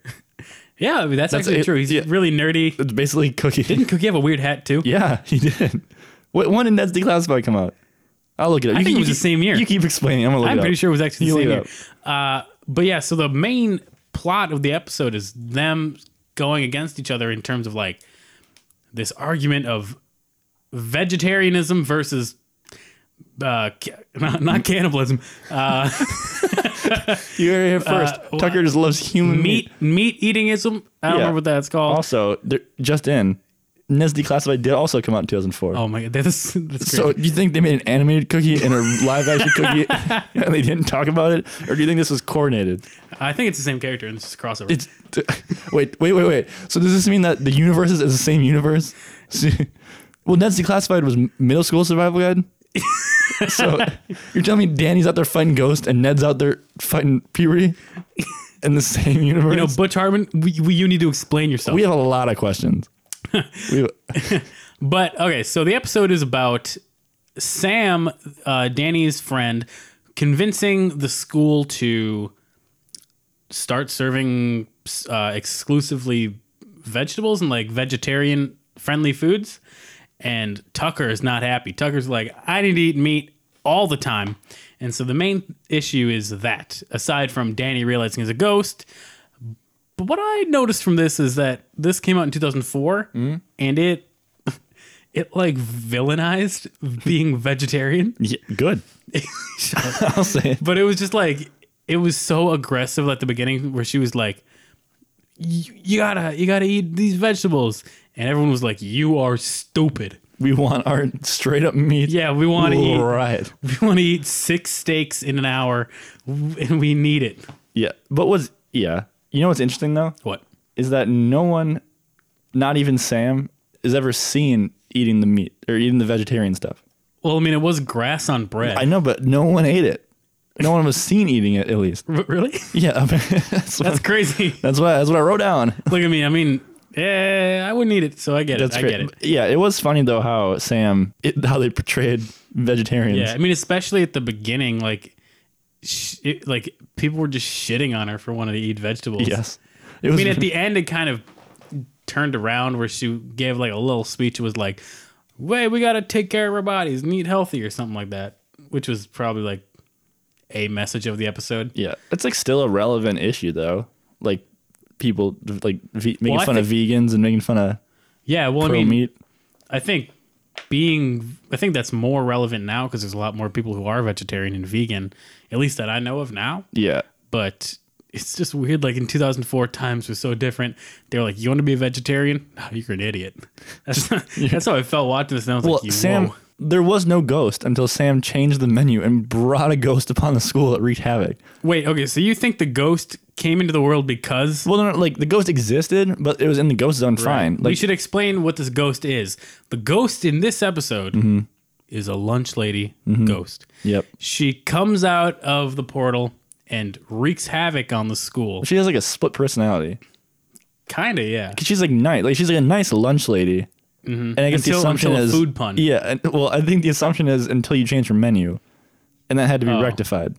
Speaker 2: yeah, I mean, that's,
Speaker 3: That's
Speaker 2: actually
Speaker 3: it,
Speaker 2: true. He's
Speaker 3: yeah.
Speaker 2: really nerdy. (laughs)
Speaker 3: It's basically Cookie.
Speaker 2: Didn't Cookie have a weird hat too?
Speaker 3: Yeah, (laughs) he did. What when did Ned's Declassified come out? I'll look it up.
Speaker 2: I
Speaker 3: You
Speaker 2: think
Speaker 3: keep-
Speaker 2: it was the same year.
Speaker 3: You keep explaining. I'm gonna look
Speaker 2: I'm
Speaker 3: it
Speaker 2: pretty
Speaker 3: up.
Speaker 2: sure it was actually
Speaker 3: You
Speaker 2: the
Speaker 3: look
Speaker 2: same
Speaker 3: it
Speaker 2: year. Uh, but yeah, so the main plot of the episode is them going against each other in terms of like this argument of vegetarianism versus uh, ca- (laughs) not, not cannibalism, uh,
Speaker 3: You heard it here first.
Speaker 2: well,
Speaker 3: Tucker just loves human meat. (laughs)
Speaker 2: meat meat eatingism. I don't
Speaker 3: Yeah.
Speaker 2: remember what that's called.
Speaker 3: Also, there- just in, Ned's Declassified did also come out in 2004.
Speaker 2: oh my (laughs) god, that's, that's
Speaker 3: so
Speaker 2: so
Speaker 3: do you think they made an animated cookie and a live action
Speaker 2: (laughs)
Speaker 3: cookie, (laughs) and they didn't talk about it, or do you think this was coordinated?
Speaker 2: I think it's the same character and this is crossover.
Speaker 3: It's (laughs) t- wait, wait, wait, wait. So does this mean that the universes is the same universe? (laughs) So- well, Ned's Declassified was m- middle school survival (laughs) guide. so you're telling me Danny's out there fighting ghosts and Ned's out there fighting puberty in the same universe?
Speaker 2: you know, Butch Hartman, we, we, you need to explain yourself.
Speaker 3: we have a lot of (laughs) questions. we,
Speaker 2: But okay, so the episode is about Sam, uh, Danny's friend, convincing the school to start serving uh, exclusively vegetables and like vegetarian friendly foods. And Tucker is not happy. Tucker's like, I need to eat meat all the time. And so the main issue is that, aside from Danny realizing he's a ghost. But what I noticed from this is that this came out in 2004 and it it like villainized being (laughs) vegetarian.
Speaker 3: Yeah, good. (laughs) I'll say it.
Speaker 2: But it was just like it was so aggressive at the beginning where she was like, "You you gotta you gotta eat these vegetables," and everyone was like, "You are stupid."
Speaker 3: We want our straight up meat.
Speaker 2: Yeah, we want to eat
Speaker 3: right.
Speaker 2: we want to eat six steaks in an hour, and we need it.
Speaker 3: Yeah, but was yeah. You know what's interesting though
Speaker 2: What?
Speaker 3: is that no one, not even Sam, is ever seen eating the meat or eating the vegetarian stuff.
Speaker 2: Well, I mean, it was grass on bread.
Speaker 3: I know, but no one ate it. No one was seen eating it at least.
Speaker 2: R- (laughs) really?
Speaker 3: Yeah, (laughs) I mean, that's what,
Speaker 2: That's
Speaker 3: (laughs)
Speaker 2: crazy.
Speaker 3: that's what that's what I wrote down.
Speaker 2: Look at me. (laughs) I mean, yeah, I wouldn't eat it, so I get
Speaker 3: That's
Speaker 2: it.
Speaker 3: great.
Speaker 2: I get it.
Speaker 3: Yeah, it was funny though how Sam it, how they portrayed vegetarians.
Speaker 2: Yeah, I mean, especially at the beginning, like, sh- it, like people were just shitting on her for wanting to eat vegetables.
Speaker 3: Yes. It was,
Speaker 2: I mean, at the end, it kind of turned around where she gave like a little speech. It was like, "Wait, we gotta take care of our bodies, and eat healthy, or something like that," which was probably like a message of the episode.
Speaker 3: (laughs) yeah, it's like still a relevant issue though. Like people like ve- making
Speaker 2: Well, I
Speaker 3: fun of vegans and making fun of
Speaker 2: Yeah, well, I
Speaker 3: pro
Speaker 2: mean,
Speaker 3: meat.
Speaker 2: I think being, I think that's more relevant now because there's a lot more people who are vegetarian and vegan, at least that I know of now.
Speaker 3: Yeah,
Speaker 2: But it's just weird. Like in 2004, times were so different. They were like, "You want to be a vegetarian? (laughs) Oh, you're an idiot." That's
Speaker 3: (laughs)
Speaker 2: that's how I felt watching this. And I was
Speaker 3: Well,
Speaker 2: like,
Speaker 3: Sam,
Speaker 2: Sam,
Speaker 3: there was no ghost until Sam changed the menu and brought a ghost upon the school that wreaked havoc.
Speaker 2: wait, okay, so you think the ghost came into the world because
Speaker 3: Well, no, no, like the ghost existed, but it was in the ghost zone. Fine,
Speaker 2: we
Speaker 3: like
Speaker 2: should explain what this ghost is. The ghost in this episode
Speaker 3: Mm-hmm.
Speaker 2: is a lunch lady ghost.
Speaker 3: yep.
Speaker 2: She comes out of the portal and wreaks havoc on the school.
Speaker 3: She has like a split personality.
Speaker 2: Kinda, yeah.
Speaker 3: 'Cause she's like nice, like she's like a nice lunch lady. And I guess
Speaker 2: Mm-hmm. Until-
Speaker 3: the assumption
Speaker 2: until a
Speaker 3: is
Speaker 2: food pun.
Speaker 3: Yeah, and, well, I think the assumption is until you change your menu, and that had to be
Speaker 2: Oh.
Speaker 3: rectified.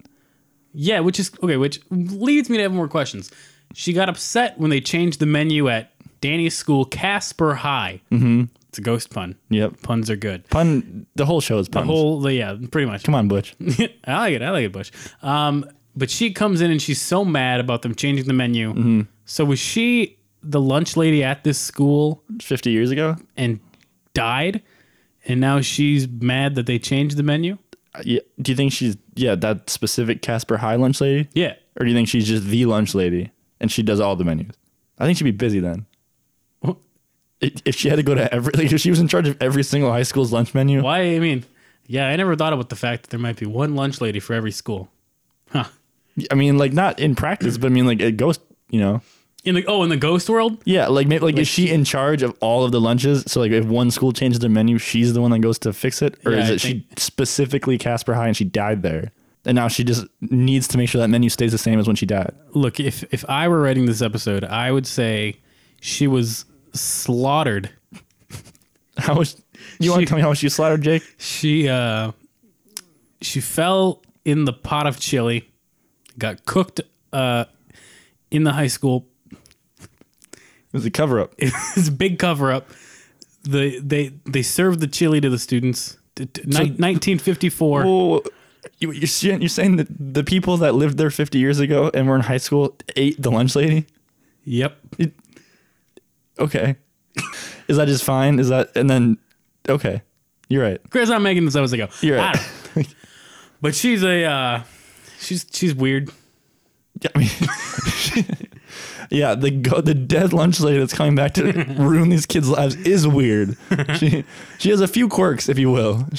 Speaker 2: Yeah, which is okay, which leads me to have more questions. She got upset when they changed the menu at Danny's school, Casper High. Mm-hmm. It's a ghost pun.
Speaker 3: Yep,
Speaker 2: Puns are good.
Speaker 3: pun. The whole show is puns.
Speaker 2: Whole, yeah, pretty much. (laughs)
Speaker 3: Come on, Butch.
Speaker 2: I like it. I like it, Bush. Um, but she comes in and she's so mad about them changing the menu. So was she the lunch lady at this school
Speaker 3: Fifty years ago,
Speaker 2: and died, and now she's mad that they changed the menu?
Speaker 3: Uh, yeah. Do you think she's yeah that specific Casper High lunch lady?
Speaker 2: Yeah.
Speaker 3: Or do you think she's just the lunch lady and she does all the menus? I think she'd be busy then.
Speaker 2: Wh-
Speaker 3: I- If she had to go to every, like if she was in charge of every single high school's lunch menu,
Speaker 2: Why? I mean, yeah, I never thought about the fact that there might be one lunch lady for every school. Huh.
Speaker 3: I mean, like not in practice, but I mean, like a ghost, you know?
Speaker 2: In the oh, in the ghost world,
Speaker 3: Yeah, like maybe like, is she in charge of all of the lunches? So like if one school changes their menu, she's the one that goes to fix it, or
Speaker 2: Yeah,
Speaker 3: is
Speaker 2: I
Speaker 3: it she specifically Casper High and she died there, and now she just needs to make sure that menu stays the same as when she died?
Speaker 2: look, if if I were writing this episode, I would say she was slaughtered.
Speaker 3: How was you want
Speaker 2: She-
Speaker 3: to tell me how she slaughtered Jake?
Speaker 2: She uh she fell in the pot of chili, got cooked uh in the high school. (laughs)
Speaker 3: It was a cover up.
Speaker 2: It's a big cover up. The they they served the chili to the students. T- t- ni-
Speaker 3: So-
Speaker 2: 1954.
Speaker 3: Well, you, you're, saying- you're saying that the people that lived there 50 years ago and were in high school ate the lunch lady?
Speaker 2: Yep.
Speaker 3: Okay. (laughs) Is that just fine? Is that, and then, okay. You're right.
Speaker 2: Chris, I'm making this up as I go.
Speaker 3: You're
Speaker 2: I
Speaker 3: right.
Speaker 2: don't- But she's a uh she's she's weird.
Speaker 3: Yeah, I mean, (laughs) yeah, the go, the dead lunch lady that's coming back to (laughs) ruin these kids' lives is weird. (laughs) She she has a few quirks, if you will. (laughs)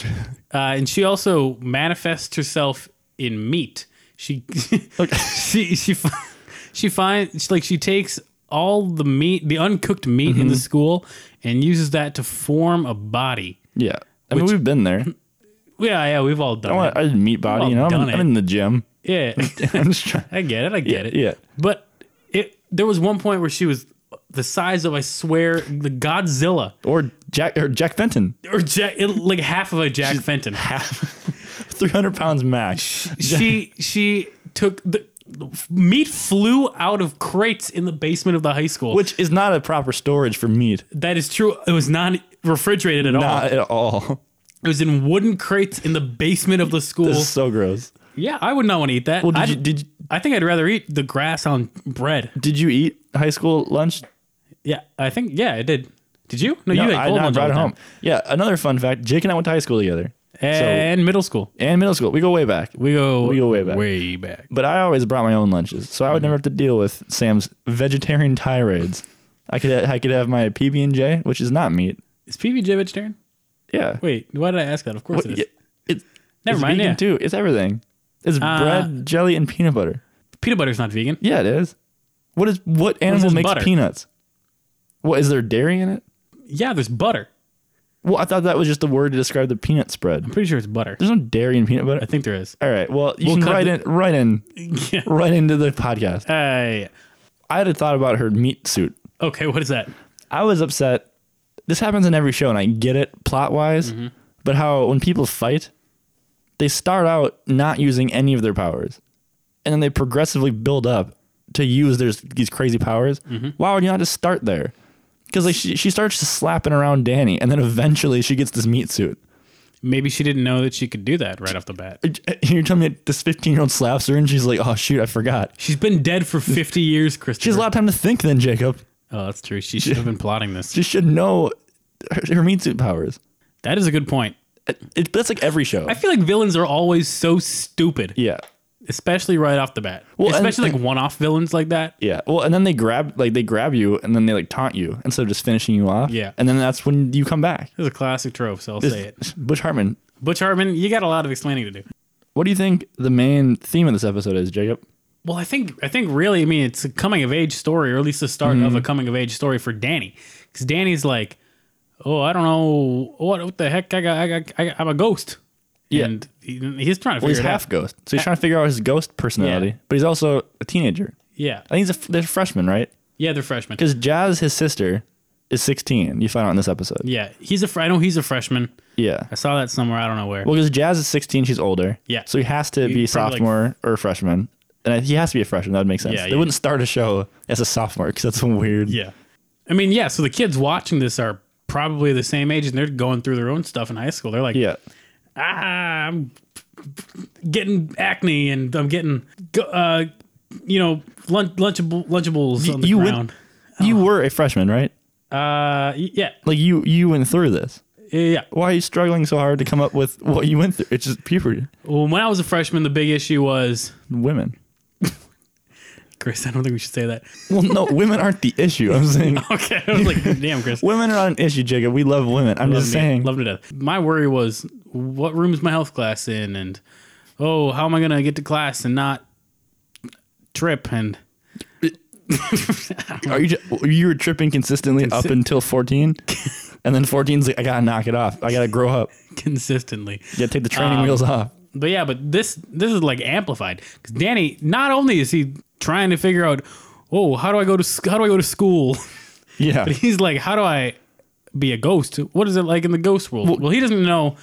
Speaker 2: Uh, and she also manifests herself in meat. She (laughs) she she fi- she finds like she takes all the meat, the uncooked meat
Speaker 3: Mm-hmm.
Speaker 2: in the school, and uses that to form a body.
Speaker 3: Yeah, I mean, we've
Speaker 2: (laughs)
Speaker 3: been there. Oh,
Speaker 2: Yeah, yeah, we've all done
Speaker 3: I, want, I did meat body,
Speaker 2: Well
Speaker 3: you know. I'm,
Speaker 2: done
Speaker 3: I'm
Speaker 2: it.
Speaker 3: in the gym. (laughs)
Speaker 2: it. Yeah, (laughs)
Speaker 3: I'm just trying.
Speaker 2: I get it. I get it.
Speaker 3: yeah.
Speaker 2: but it there was one point where she was the size of I swear the Godzilla
Speaker 3: Or Jack or Jack Fenton,
Speaker 2: or Jack, it, like half of a Jack Fenton.
Speaker 3: three hundred
Speaker 2: (laughs)
Speaker 3: pounds max.
Speaker 2: she she took the meat flew out of crates in the basement of the high school.
Speaker 3: which is not a proper storage for meat.
Speaker 2: that is true. It was not refrigerated at all.
Speaker 3: Not at all. (laughs)
Speaker 2: It was in wooden crates in the basement of the school.
Speaker 3: This is so gross.
Speaker 2: yeah, I would not want to eat that.
Speaker 3: Well, did
Speaker 2: I'd-
Speaker 3: you, did you,
Speaker 2: I think I'd rather eat the grass on bread.
Speaker 3: did you eat high school lunch?
Speaker 2: Yeah, I think. Yeah, I did. Did you? No, you ate
Speaker 3: I,
Speaker 2: cold
Speaker 3: no, I
Speaker 2: ones all
Speaker 3: brought
Speaker 2: the
Speaker 3: it
Speaker 2: time.
Speaker 3: home. Yeah, another fun fact: Jake and I went to high school together,
Speaker 2: And middle school,
Speaker 3: and middle school. We go way back.
Speaker 2: we go
Speaker 3: We go way back.
Speaker 2: way back.
Speaker 3: But I always brought my own lunches, so I would never have to deal with Sam's vegetarian tirades. I could I could have my PB and J, which is not meat.
Speaker 2: Is PBJ vegetarian?
Speaker 3: Yeah.
Speaker 2: Wait, why did I ask that? Of course
Speaker 3: What-
Speaker 2: it is.
Speaker 3: yeah, it's-
Speaker 2: Never
Speaker 3: it's
Speaker 2: mind,
Speaker 3: Vegan
Speaker 2: yeah.
Speaker 3: too. It's everything. It's
Speaker 2: Uh,
Speaker 3: bread, jelly, and peanut butter.
Speaker 2: Peanut butter's not vegan.
Speaker 3: Yeah, it is. What is what animal
Speaker 2: this
Speaker 3: makes
Speaker 2: butter?
Speaker 3: peanuts? What is there dairy in it?
Speaker 2: Yeah, there's butter.
Speaker 3: Well, I thought that was just the word to describe the peanut spread.
Speaker 2: I'm pretty sure it's butter.
Speaker 3: There's no dairy in peanut
Speaker 2: I
Speaker 3: butter.
Speaker 2: think there is.
Speaker 3: All right. Well, you
Speaker 2: We'll
Speaker 3: can
Speaker 2: cut
Speaker 3: write
Speaker 2: the-
Speaker 3: in, right in,
Speaker 2: (laughs) yeah.
Speaker 3: right into the podcast.
Speaker 2: Uh, yeah.
Speaker 3: I had a thought about her meat suit.
Speaker 2: Okay, what is that?
Speaker 3: I was upset. This happens in every show, and I get it plot wise, but how when people fight, they start out not using any of their powers, and then they progressively build up to use their these crazy powers. Why would you not just start there? Because like she, she starts just slapping around Danny, and then eventually she gets this meat suit. (laughs)
Speaker 2: Maybe she didn't know that she could do that right off the bat.
Speaker 3: You're telling me this 15 year old slaps her, and she's like, "Oh shoot, I forgot."
Speaker 2: She's been dead for (laughs) 50 years, Christopher.
Speaker 3: She has a lot of time to think. Then Jacob
Speaker 2: Oh, that's true. She should have been plotting this.
Speaker 3: just should know her, her meat suit powers.
Speaker 2: That is a good point.
Speaker 3: It, it, that's like every show.
Speaker 2: I feel like villains are always so stupid,
Speaker 3: yeah.
Speaker 2: especially right off the bat.
Speaker 3: Well, and-
Speaker 2: especially like one-off villains like that.
Speaker 3: Yeah. Well, and then they grab like they grab you and then they like taunt you instead of just finishing you off.
Speaker 2: Yeah.
Speaker 3: And then that's when you come back.
Speaker 2: This is a classic trope, so I'll say it.
Speaker 3: Butch Hartman,
Speaker 2: Butch Hartman, you got a lot of explaining to do.
Speaker 3: what do you think the main theme of this episode is, Jacob?
Speaker 2: Well, I think I think really, I mean, it's a coming of age story, or at least the start of a coming of age story for Danny, because Danny's like, "Oh, I don't know what, what the heck. I got, I got, I got I'm a ghost."
Speaker 3: Yeah.
Speaker 2: and he, he's trying to figure
Speaker 3: Well, he's
Speaker 2: it
Speaker 3: half
Speaker 2: out.
Speaker 3: ghost, so he's trying to figure out his ghost personality,
Speaker 2: Yeah.
Speaker 3: but he's also a teenager.
Speaker 2: Yeah,
Speaker 3: I think he's a, f- they're freshmen, right?
Speaker 2: yeah, they're freshmen.
Speaker 3: Because Jazz, his sister, is 16. You find out in this episode.
Speaker 2: Yeah, he's a. fr- I know he's a freshman.
Speaker 3: Yeah.
Speaker 2: I saw that somewhere. I don't know where.
Speaker 3: Well, because Jazz is 16, she's older.
Speaker 2: Yeah.
Speaker 3: So he has to
Speaker 2: probably,
Speaker 3: be
Speaker 2: like-
Speaker 3: sophomore or freshman. And I- he has to be a freshman. That would make sense.
Speaker 2: Yeah,
Speaker 3: they
Speaker 2: yeah.
Speaker 3: wouldn't start a show as a sophomore because that's (laughs) weird.
Speaker 2: yeah, I mean, yeah. So the kids watching this are probably the same age, and they're going through their own stuff in high school. They're like,
Speaker 3: Yeah.
Speaker 2: ah, I'm getting acne and I'm getting, go- uh, you know, lunch, lunchable, lunchables on the
Speaker 3: you would-
Speaker 2: ground.
Speaker 3: You
Speaker 2: Oh.
Speaker 3: were a freshman, right?
Speaker 2: Uh, y- yeah,
Speaker 3: Like you you went through this.
Speaker 2: yeah.
Speaker 3: Why are you struggling so hard to come up with what you went through? It's just puberty.
Speaker 2: Well, when I was a freshman, the big issue was
Speaker 3: Women.
Speaker 2: Chris. (laughs) I don't think we should say that. (laughs)
Speaker 3: Well, no, women aren't the issue. I'm saying
Speaker 2: Okay, I was like, damn, Chris.
Speaker 3: women are not an issue, Jacob. We love women. I'm
Speaker 2: Love
Speaker 3: just
Speaker 2: me-
Speaker 3: saying.
Speaker 2: love to death. My worry was, what room is my health class in, and oh, how am I gonna get to class and not trip? And (laughs)
Speaker 3: Are you just, you were tripping consistently up
Speaker 2: Consi- (laughs)
Speaker 3: until 14, and then 14's like I gotta knock it off. I gotta grow up.
Speaker 2: consistently,
Speaker 3: You gotta take the
Speaker 2: Um,
Speaker 3: training wheels off.
Speaker 2: But yeah, but this this is like amplified because Danny not only is he trying to figure out, oh, how do I go to sc- how do I go to school? (laughs)
Speaker 3: Yeah.
Speaker 2: but he's like, how do I be a ghost? What is it like in the ghost world? Well, he doesn't know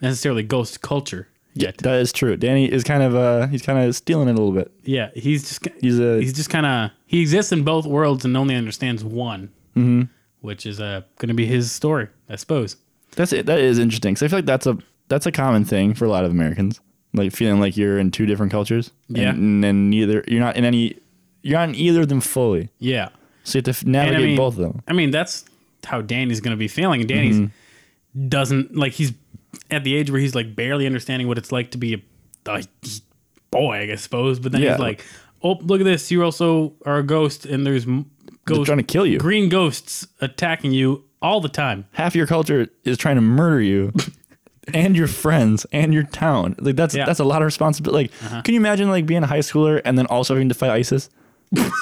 Speaker 2: necessarily ghost culture yet.
Speaker 3: That is true. Danny is kind of uh he's kind of stealing it a little bit.
Speaker 2: Yeah, he's just ki-
Speaker 3: He's a
Speaker 2: he's just kind of he exists in both worlds and only understands one,
Speaker 3: Mm-hmm.
Speaker 2: which is uh, going to be his story, I suppose.
Speaker 3: That's it. That is interesting. So I feel like that's a that's a common thing for a lot of Americans, like feeling like you're in two different cultures. and-
Speaker 2: Yeah.
Speaker 3: and then neither you're not in any you're not in either of them fully.
Speaker 2: Yeah,
Speaker 3: So you have to f-
Speaker 2: And
Speaker 3: navigate
Speaker 2: I mean,
Speaker 3: both of them.
Speaker 2: I mean, that's how Danny's going to be feeling. And Danny's
Speaker 3: Mm-hmm.
Speaker 2: doesn't like he's at the age where he's like barely understanding what it's like to be a, a boy, I suppose. But then
Speaker 3: Yeah.
Speaker 2: he's like, "Oh, look at this! You also are a ghost, and there's m-
Speaker 3: They're
Speaker 2: ghost,
Speaker 3: trying to kill you.
Speaker 2: green ghosts attacking you all the time."
Speaker 3: Half your culture is trying to murder
Speaker 2: (laughs)
Speaker 3: you, and your friends and your town. Like that's
Speaker 2: Yeah. Uh-huh.
Speaker 3: that's a lot of responsibility. Like, can you imagine like being a high schooler and then also having to fight ISIS?
Speaker 2: (laughs)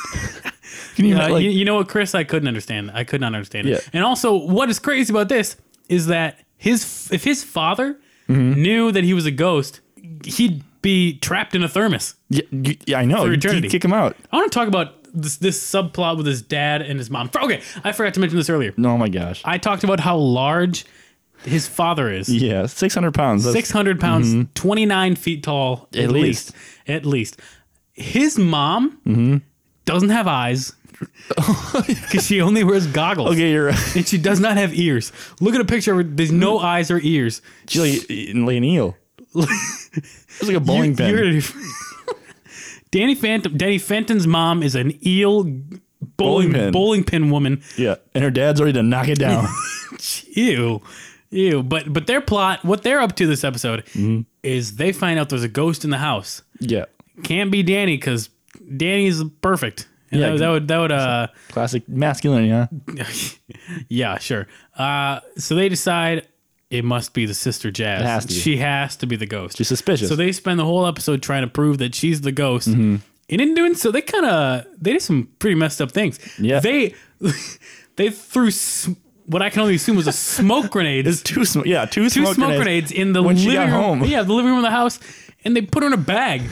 Speaker 3: can you
Speaker 2: Uh,
Speaker 3: imagine? Like,
Speaker 2: you, you know what, Chris? I couldn't understand. that. I could not understand it.
Speaker 3: Yeah.
Speaker 2: And also, what is crazy about this is that his if his father
Speaker 3: Mm-hmm.
Speaker 2: knew that he was a ghost, he'd be trapped in a thermos.
Speaker 3: yeah, you- yeah, I know. You
Speaker 2: eternity.
Speaker 3: kick him out.
Speaker 2: I want to talk about this this subplot with his dad and his mom. Okay, I forgot to mention this earlier.
Speaker 3: Oh my gosh.
Speaker 2: I talked about how large his father is.
Speaker 3: yeah, six hundred pounds. That's-
Speaker 2: 600 pounds, 29 feet tall at,
Speaker 3: Mm-hmm. At Mm-hmm. (laughs)
Speaker 2: least. At least. His mom doesn't have eyes. (laughs) because she only wears goggles.
Speaker 3: Oh, Okay, you're right.
Speaker 2: and she does not have ears. Look at a picture of her. There's no eyes or ears. (laughs)
Speaker 3: She's like, like an eel. it's like a bowling
Speaker 2: You-
Speaker 3: pin.
Speaker 2: you're- Danny Phantom. Danny Fenton's mom is an eel bowling bowling pin,
Speaker 3: pin.
Speaker 2: woman.
Speaker 3: yeah, and her dad's ready to knock
Speaker 2: (laughs)
Speaker 3: it down.
Speaker 2: Ew, ew. But but their plot, what they're up to this episode, is they find out there's a ghost in the house.
Speaker 3: yeah,
Speaker 2: Can't be Danny because Danny's perfect. And
Speaker 3: Yeah,
Speaker 2: that, that would that would uh
Speaker 3: classic masculinity, huh?
Speaker 2: (laughs) yeah sure. Uh, so they decide it must be the sister Jazz.
Speaker 3: It has to be.
Speaker 2: She has to be the ghost.
Speaker 3: She's suspicious. Mm-hmm.
Speaker 2: So they spend the whole episode trying to prove that she's the ghost. And in doing so, they kind of they did some pretty messed up things.
Speaker 3: Yeah.
Speaker 2: They (laughs) they threw s what I can only assume was a smoke
Speaker 3: (laughs)
Speaker 2: grenade, two
Speaker 3: two sm- yeah, two,
Speaker 2: smoke, grenades, in the
Speaker 3: when she
Speaker 2: living
Speaker 3: got
Speaker 2: room.
Speaker 3: home.
Speaker 2: Yeah, the living room of the house, and they put her in a
Speaker 3: (laughs)
Speaker 2: bag.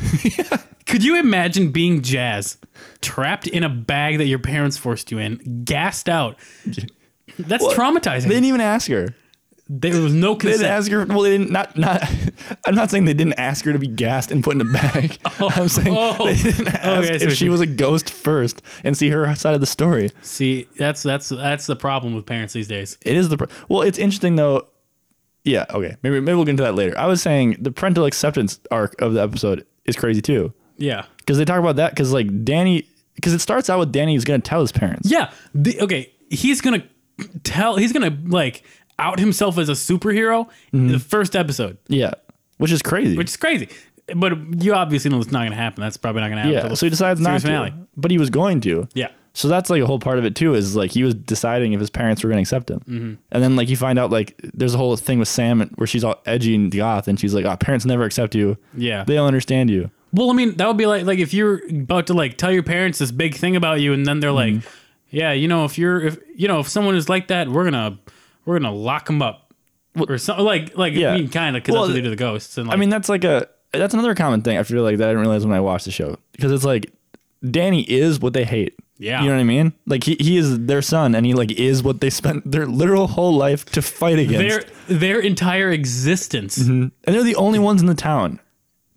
Speaker 2: Could you imagine being Jazz trapped in a bag that your parents forced you in, gassed out? That's traumatizing.
Speaker 3: They didn't even ask her.
Speaker 2: there was no
Speaker 3: They didn't
Speaker 2: consent.
Speaker 3: ask her. Well, they didn't. Not not. (laughs) I'm not saying they didn't ask her to be gassed and put in a bag. I'm saying
Speaker 2: (laughs) oh.
Speaker 3: they didn't
Speaker 2: Okay, I
Speaker 3: ask
Speaker 2: see
Speaker 3: if
Speaker 2: what
Speaker 3: she
Speaker 2: you-
Speaker 3: was a ghost first and see her side of the story.
Speaker 2: See, that's that's that's the problem with parents these days.
Speaker 3: It is the pr- well. It's interesting though. Yeah. Okay. Maybe maybe we'll get into that later. I was saying the parental acceptance arc of the episode is crazy too
Speaker 2: Yeah.
Speaker 3: because they talk about that because like Danny because it starts out with Danny is going to tell his parents.
Speaker 2: Yeah. The, okay. He's gonna tell. He's gonna like out himself as a superhero in
Speaker 3: Mm-hmm.
Speaker 2: the first episode,
Speaker 3: Yeah. Which is crazy.
Speaker 2: which is crazy. But you obviously know it's not gonna happen. That's probably not gonna happen.
Speaker 3: yeah.
Speaker 2: till the
Speaker 3: So he decides not
Speaker 2: series
Speaker 3: to,
Speaker 2: finale.
Speaker 3: but he was going to.
Speaker 2: Yeah.
Speaker 3: So that's like a whole part of it too. Is like he was deciding if his parents were going to accept him, mm-hmm. and then like you find out like there's a whole thing with Sam and- where she's all edgy and goth, and she's like, "Oh, parents never accept you.
Speaker 2: Yeah.
Speaker 3: They don't understand you."
Speaker 2: Well, I mean, that would be like like if you're about to like tell your parents this big thing about you, and then they're
Speaker 3: Mm-hmm.
Speaker 2: like, "Yeah, you know, if you're if you know if someone is like that, we're gonna we're gonna lock them up." or something like, like
Speaker 3: Yeah.
Speaker 2: I mean, kind of because
Speaker 3: Well,
Speaker 2: that's what they do to the ghosts. And like,
Speaker 3: I mean, that's like a that's another common thing I feel like that I didn't realize when I watched the show because it's like Danny is what they hate.
Speaker 2: Yeah.
Speaker 3: you know what I mean. Like he, he is their son, and he like is what they spent their literal whole life to fight against.
Speaker 2: their
Speaker 3: Mm-hmm.
Speaker 2: their entire existence.
Speaker 3: and they're the only ones in the town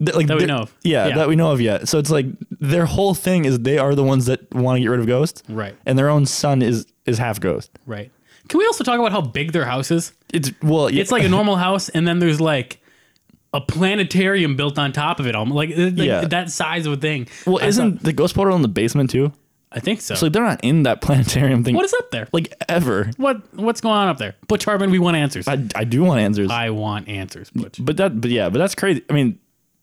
Speaker 3: that, like,
Speaker 2: That we
Speaker 3: they're-
Speaker 2: know of.
Speaker 3: Yeah,
Speaker 2: Yeah.
Speaker 3: that we know of yet. So it's like their whole thing is they are the ones that want to get rid of ghosts,
Speaker 2: Right.
Speaker 3: And their own son is is half ghost.
Speaker 2: Right. Can we also talk about how big their house is?
Speaker 3: It's well, yeah,
Speaker 2: It's like a normal house, and then there's like a planetarium built on top of it, almost like, like
Speaker 3: Yeah.
Speaker 2: that size of a thing.
Speaker 3: well,
Speaker 2: I
Speaker 3: isn't
Speaker 2: thought-
Speaker 3: the ghost portal in the basement too?
Speaker 2: I think so?
Speaker 3: So they're not in that (laughs) planetarium thing,
Speaker 2: what is up there? Like
Speaker 3: like ever.
Speaker 2: what what's going on up there? Butch Hartman, we want answers. I,
Speaker 3: I, I do want answers,
Speaker 2: want answers, Butch.
Speaker 3: but that but yeah, but that's crazy. I mean,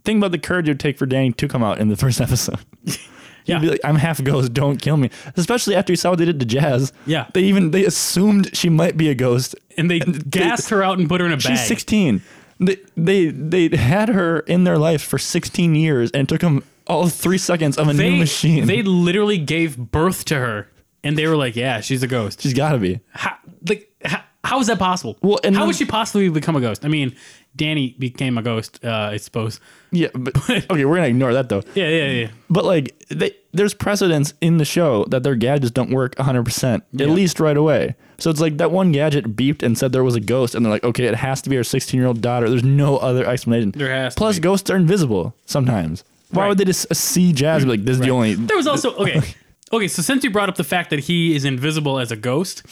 Speaker 3: think about the courage it would take for Danny to come out in the first (laughs) episode.
Speaker 2: Yeah.
Speaker 3: He'd be like, I'm half ghost, don't kill me. Especially after you saw what they did to Jazz.
Speaker 2: Yeah.
Speaker 3: They even they assumed she might be a ghost
Speaker 2: and they gassed her out and put her in a bag.
Speaker 3: uh, She's 16. They, they they had her in their life for 16 years and it took them all three seconds of a
Speaker 2: they,
Speaker 3: new machine.
Speaker 2: They literally gave birth to her, and they were like, "Yeah, she's a ghost."
Speaker 3: She's got to be.
Speaker 2: how, like how, how is that possible?
Speaker 3: Well, and
Speaker 2: how
Speaker 3: then-
Speaker 2: would she possibly become a ghost? I mean, Danny became a ghost, uh, I suppose.
Speaker 3: Yeah,
Speaker 2: (laughs)
Speaker 3: but okay, we're gonna ignore that though.
Speaker 2: Yeah, yeah, yeah.
Speaker 3: But like, they, there's precedence in the show that their gadgets don't work 100 percent at least right away. So it's like that one gadget beeped and said there was a ghost, and they're like, okay, it has to be our 16 year old daughter. There's no other explanation.
Speaker 2: There has to
Speaker 3: Plus,
Speaker 2: be.
Speaker 3: ghosts are invisible sometimes. Why
Speaker 2: Right.
Speaker 3: would they just see Jazz and be like, this is the only?
Speaker 2: There was also
Speaker 3: (laughs)
Speaker 2: okay, okay. So since you brought up the fact that he is invisible as a ghost,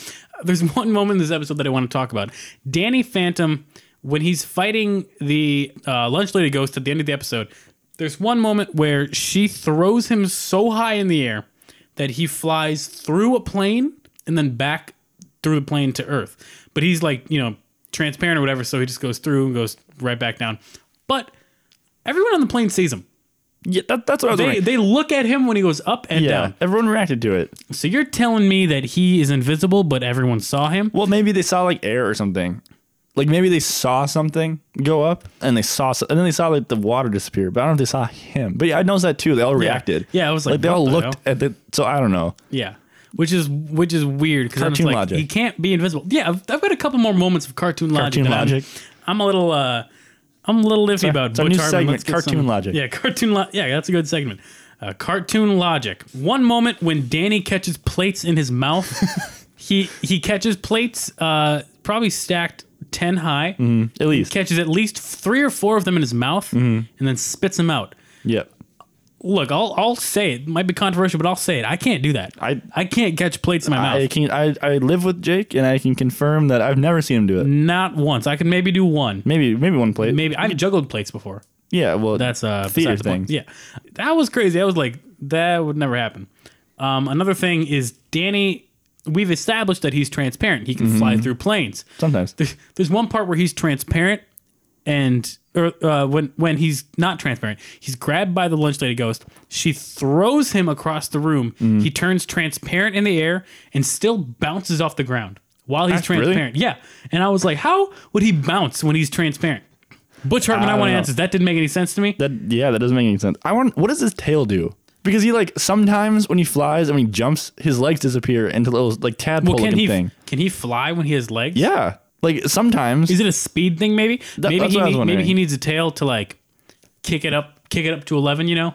Speaker 2: there's (laughs) one moment in this episode that I want to talk about. Danny Phantom, when he's fighting the uh, lunch lady ghost at the end of the episode, there's one moment where she throws him so high in the air that he flies through a plane and then back through the plane to Earth. But he's like, you know, transparent or whatever, so he just goes through and goes right back down. But everyone on the plane sees him.
Speaker 3: Yeah, that, that's what I was
Speaker 2: They,
Speaker 3: wondering.
Speaker 2: they look at him when he goes up and
Speaker 3: yeah,
Speaker 2: down.
Speaker 3: everyone reacted to it.
Speaker 2: So you're telling me that he is invisible, but everyone saw him?
Speaker 3: Well, maybe they saw like air or something. Like maybe they saw something go up and they saw, so- and then they saw like the water disappear. But I don't know if they saw him. But yeah, I noticed that too. They all reacted.
Speaker 2: Yeah, I was like,
Speaker 3: they
Speaker 2: what
Speaker 3: all
Speaker 2: the
Speaker 3: looked at the. So I don't know.
Speaker 2: Yeah. Which is which is weird because I'm just
Speaker 3: Cartoon
Speaker 2: like
Speaker 3: logic.
Speaker 2: he can't be invisible. Yeah, I've, I've got a couple more moments of cartoon logic.
Speaker 3: Cartoon
Speaker 2: that I'm-
Speaker 3: logic.
Speaker 2: I'm, a little uh, I'm a little iffy about.
Speaker 3: it's our
Speaker 2: Butch
Speaker 3: new
Speaker 2: Hartman.
Speaker 3: segment,
Speaker 2: Let's get
Speaker 3: cartoon
Speaker 2: some-
Speaker 3: logic.
Speaker 2: Yeah, (laughs) cartoon. Lo- yeah, that's a good segment. Uh, cartoon logic. One moment when Danny catches plates in his
Speaker 3: (laughs)
Speaker 2: mouth, he he catches plates uh, probably stacked ten high.
Speaker 3: At least. Mm-hmm.
Speaker 2: catches at least three or four of them in his mouth and then spits them out.
Speaker 3: Yep.
Speaker 2: look, I'll I'll say it. Might be controversial, but I'll say it. I can't do that.
Speaker 3: I-
Speaker 2: I can't catch plates in my
Speaker 3: I
Speaker 2: mouth.
Speaker 3: can I, I live with Jake and I can confirm that I've never seen him do it.
Speaker 2: Not once. I can maybe do one.
Speaker 3: Maybe maybe one plate.
Speaker 2: Maybe I've juggled plates before.
Speaker 3: Yeah, well
Speaker 2: That's uh
Speaker 3: theater
Speaker 2: besides the
Speaker 3: thing.
Speaker 2: point. Yeah, that was crazy. I was like, that would never happen. Um, another thing is Danny. We've established that he's transparent. He can
Speaker 3: Mm-hmm.
Speaker 2: fly through planes.
Speaker 3: Sometimes.
Speaker 2: There's, there's one part where he's transparent, and or uh, when when he's not transparent, he's grabbed by the lunch lady ghost. She throws him across the room.
Speaker 3: Mm-hmm.
Speaker 2: He turns transparent in the air and still bounces off the ground while he's
Speaker 3: That's brilliant.
Speaker 2: transparent. Yeah, and I was like, how would he bounce when he's transparent? Butch Hartman,
Speaker 3: I
Speaker 2: I,
Speaker 3: don't
Speaker 2: want
Speaker 3: know.
Speaker 2: answers. That didn't make any sense to me.
Speaker 3: That yeah, that doesn't make any sense. I want what does his tail do? Because he like sometimes when he flies and when he jumps, his legs disappear into little like tadpole
Speaker 2: Well, can
Speaker 3: looking
Speaker 2: he
Speaker 3: thing.
Speaker 2: can he fly when he has legs?
Speaker 3: Yeah, like sometimes.
Speaker 2: Is it a speed thing? Maybe.
Speaker 3: That-
Speaker 2: maybe
Speaker 3: that's
Speaker 2: he
Speaker 3: what I was
Speaker 2: need, maybe
Speaker 3: wondering.
Speaker 2: he needs a tail to like kick it up, kick it up to eleven. You know.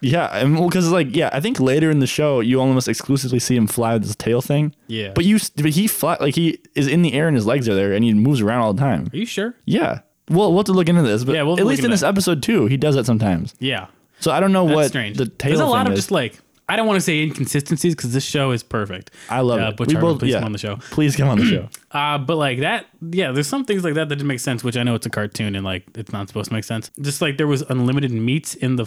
Speaker 3: yeah, and well, because like yeah, I think later in the show you almost exclusively see him fly with this tail thing.
Speaker 2: Yeah.
Speaker 3: but you s- but he fly like he is in the air and his legs are there and he moves around all the time.
Speaker 2: Are you sure?
Speaker 3: Yeah. Well, we'll have to look into this, but
Speaker 2: Yeah, we'll have to
Speaker 3: at
Speaker 2: look
Speaker 3: least in
Speaker 2: into
Speaker 3: this
Speaker 2: that.
Speaker 3: episode too, he does that sometimes.
Speaker 2: Yeah.
Speaker 3: So I don't know
Speaker 2: That's
Speaker 3: what
Speaker 2: strange.
Speaker 3: the tail
Speaker 2: There's a lot
Speaker 3: thing
Speaker 2: of
Speaker 3: is.
Speaker 2: just like I don't want to say inconsistencies because this show is perfect.
Speaker 3: I love
Speaker 2: uh,
Speaker 3: it.
Speaker 2: Butch
Speaker 3: We
Speaker 2: Hartman,
Speaker 3: both-
Speaker 2: please
Speaker 3: yeah.
Speaker 2: come on the show.
Speaker 3: Please come on
Speaker 2: (clears throat)
Speaker 3: the show.
Speaker 2: Uh, but like that, yeah. There's some things like that that didn't make sense, which I know it's a cartoon and like it's not supposed to make sense. Just like there was unlimited meats in the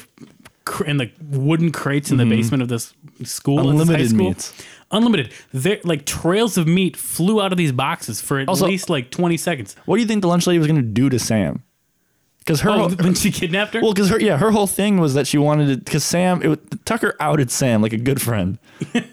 Speaker 2: cr- in the wooden crates in the basement of this school, this high
Speaker 3: Mm-hmm. Unlimited
Speaker 2: school.
Speaker 3: meats.
Speaker 2: unlimited. There, like trails of meat flew out of these boxes for at
Speaker 3: Also-
Speaker 2: least like 20 seconds.
Speaker 3: What do you think the lunch lady was going to do to Sam? Because her,
Speaker 2: Oh, (laughs)
Speaker 3: whole
Speaker 2: when she kidnapped her.
Speaker 3: (laughs) well, because her, yeah, her whole thing was that she wanted to, because Sam, it, was- Tucker outed Sam like a
Speaker 2: (laughs)
Speaker 3: good friend,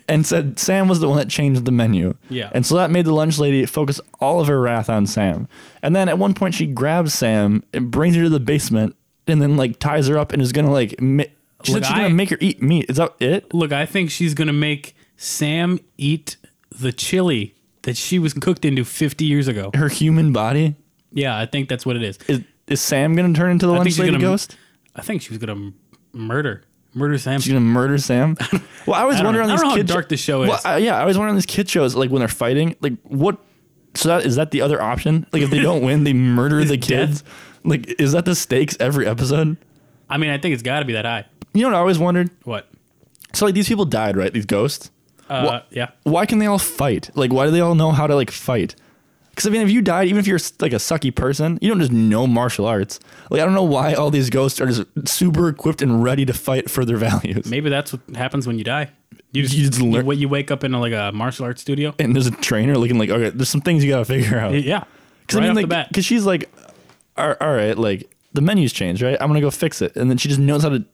Speaker 3: and said Sam was the one that changed the menu.
Speaker 2: Yeah.
Speaker 3: and so that made the lunch lady focus all of her wrath on Sam. And then at one point, she grabs Sam and brings her to the basement, and then like ties her up and is gonna like. Mi- she said
Speaker 2: Look,
Speaker 3: she's gonna
Speaker 2: I-
Speaker 3: make her eat meat. Is that it?
Speaker 2: Look, I think she's gonna make Sam eat the chili that she was cooked into 50 years ago.
Speaker 3: Her human body
Speaker 2: Yeah, I think that's what it is.
Speaker 3: is. Is Sam gonna turn into the
Speaker 2: think
Speaker 3: lunch
Speaker 2: she's
Speaker 3: lady
Speaker 2: gonna-
Speaker 3: ghost?
Speaker 2: I think she was gonna m- murder murder Sam.
Speaker 3: She's gonna murder Sam. Well, I always
Speaker 2: (laughs) I don't
Speaker 3: wonder
Speaker 2: know.
Speaker 3: on
Speaker 2: I
Speaker 3: these
Speaker 2: don't know how
Speaker 3: kid
Speaker 2: dark this show is.
Speaker 3: Well, I- yeah, I always wonder on these kid shows like when they're fighting, like what? So that is that the other option? Like if they don't win, they
Speaker 2: (laughs)
Speaker 3: murder the kids. Like is that the stakes every episode?
Speaker 2: I mean, I think it's got to be that high.
Speaker 3: You know what I always wondered?
Speaker 2: What?
Speaker 3: So like these people died, right? These ghosts.
Speaker 2: Uh,
Speaker 3: What?
Speaker 2: Yeah.
Speaker 3: Why can they all fight? Like why do they all know how to like fight? Because I mean, if you died, even if you're like a sucky person, you don't just know martial arts. Like I don't know why all these ghosts are just super equipped and ready to fight for their values.
Speaker 2: Maybe that's what happens when you die. You just,
Speaker 3: You just learn-
Speaker 2: you, wa- you wake up in like a martial arts studio.
Speaker 3: and there's a trainer looking like, okay, there's some things you gotta figure out.
Speaker 2: Yeah. right
Speaker 3: Because I mean,
Speaker 2: off
Speaker 3: like,
Speaker 2: the bat.
Speaker 3: because she's like, all all right, like the menu's changed, right? I'm gonna go fix it, and then she just knows how to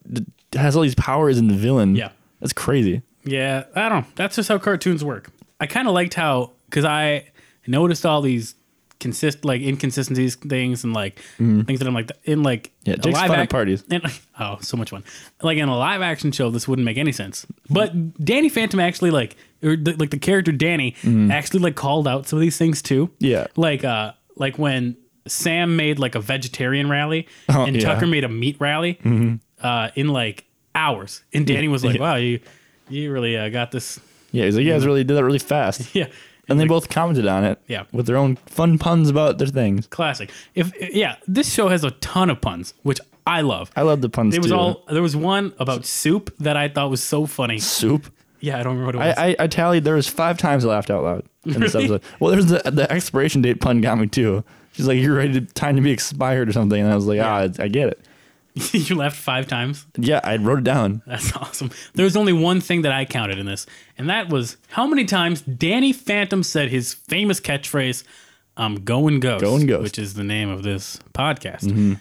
Speaker 3: has all these powers in the villain.
Speaker 2: Yeah.
Speaker 3: that's crazy.
Speaker 2: Yeah, I don't. know. That's just how cartoons work. I kind of liked how because I noticed all these consist like inconsistencies things and like things that I'm like in like
Speaker 3: Mm-hmm. Yeah,
Speaker 2: a
Speaker 3: Jake's fun at
Speaker 2: ac-
Speaker 3: parties.
Speaker 2: And, (laughs) oh, so much fun! Like in a live action show, this wouldn't make any sense.
Speaker 3: Mm-hmm.
Speaker 2: But Danny Phantom actually like or the, like the character Danny actually like called out some of these things too.
Speaker 3: Mm-hmm. Yeah.
Speaker 2: like uh, like when Sam made like a vegetarian
Speaker 3: (laughs)
Speaker 2: rally
Speaker 3: Oh,
Speaker 2: and
Speaker 3: yeah. Mm-hmm.
Speaker 2: Tucker made a meat rally uh, in like hours, and Danny was like,
Speaker 3: (laughs)
Speaker 2: "Wow, you." You really uh, got this (laughs)
Speaker 3: Yeah, he's like, you guys really did that really fast.
Speaker 2: yeah.
Speaker 3: and they both commented on it.
Speaker 2: Yeah.
Speaker 3: with their own fun puns about their things.
Speaker 2: Classic. If yeah, this show has a ton of puns, which I love.
Speaker 3: I love the puns
Speaker 2: It was
Speaker 3: too.
Speaker 2: all there was one about soup that I thought was so funny.
Speaker 3: soup.
Speaker 2: Yeah, I don't remember what it was.
Speaker 3: I, I, I tallied. There was five times I laughed out loud in this episode. Well, there's the the expiration date pun got me too. She's like, "You're ready to time to be expired or something," and I was like, "Ah, I get it."
Speaker 2: (laughs) you laughed five times.
Speaker 3: Yeah, I wrote it down.
Speaker 2: That's (laughs) awesome. There was only one thing that I counted in this, and that was how many times Danny Phantom said his famous catchphrase, "I'm going ghost,"
Speaker 3: Going ghost. Mm-hmm.
Speaker 2: which is the name of this podcast.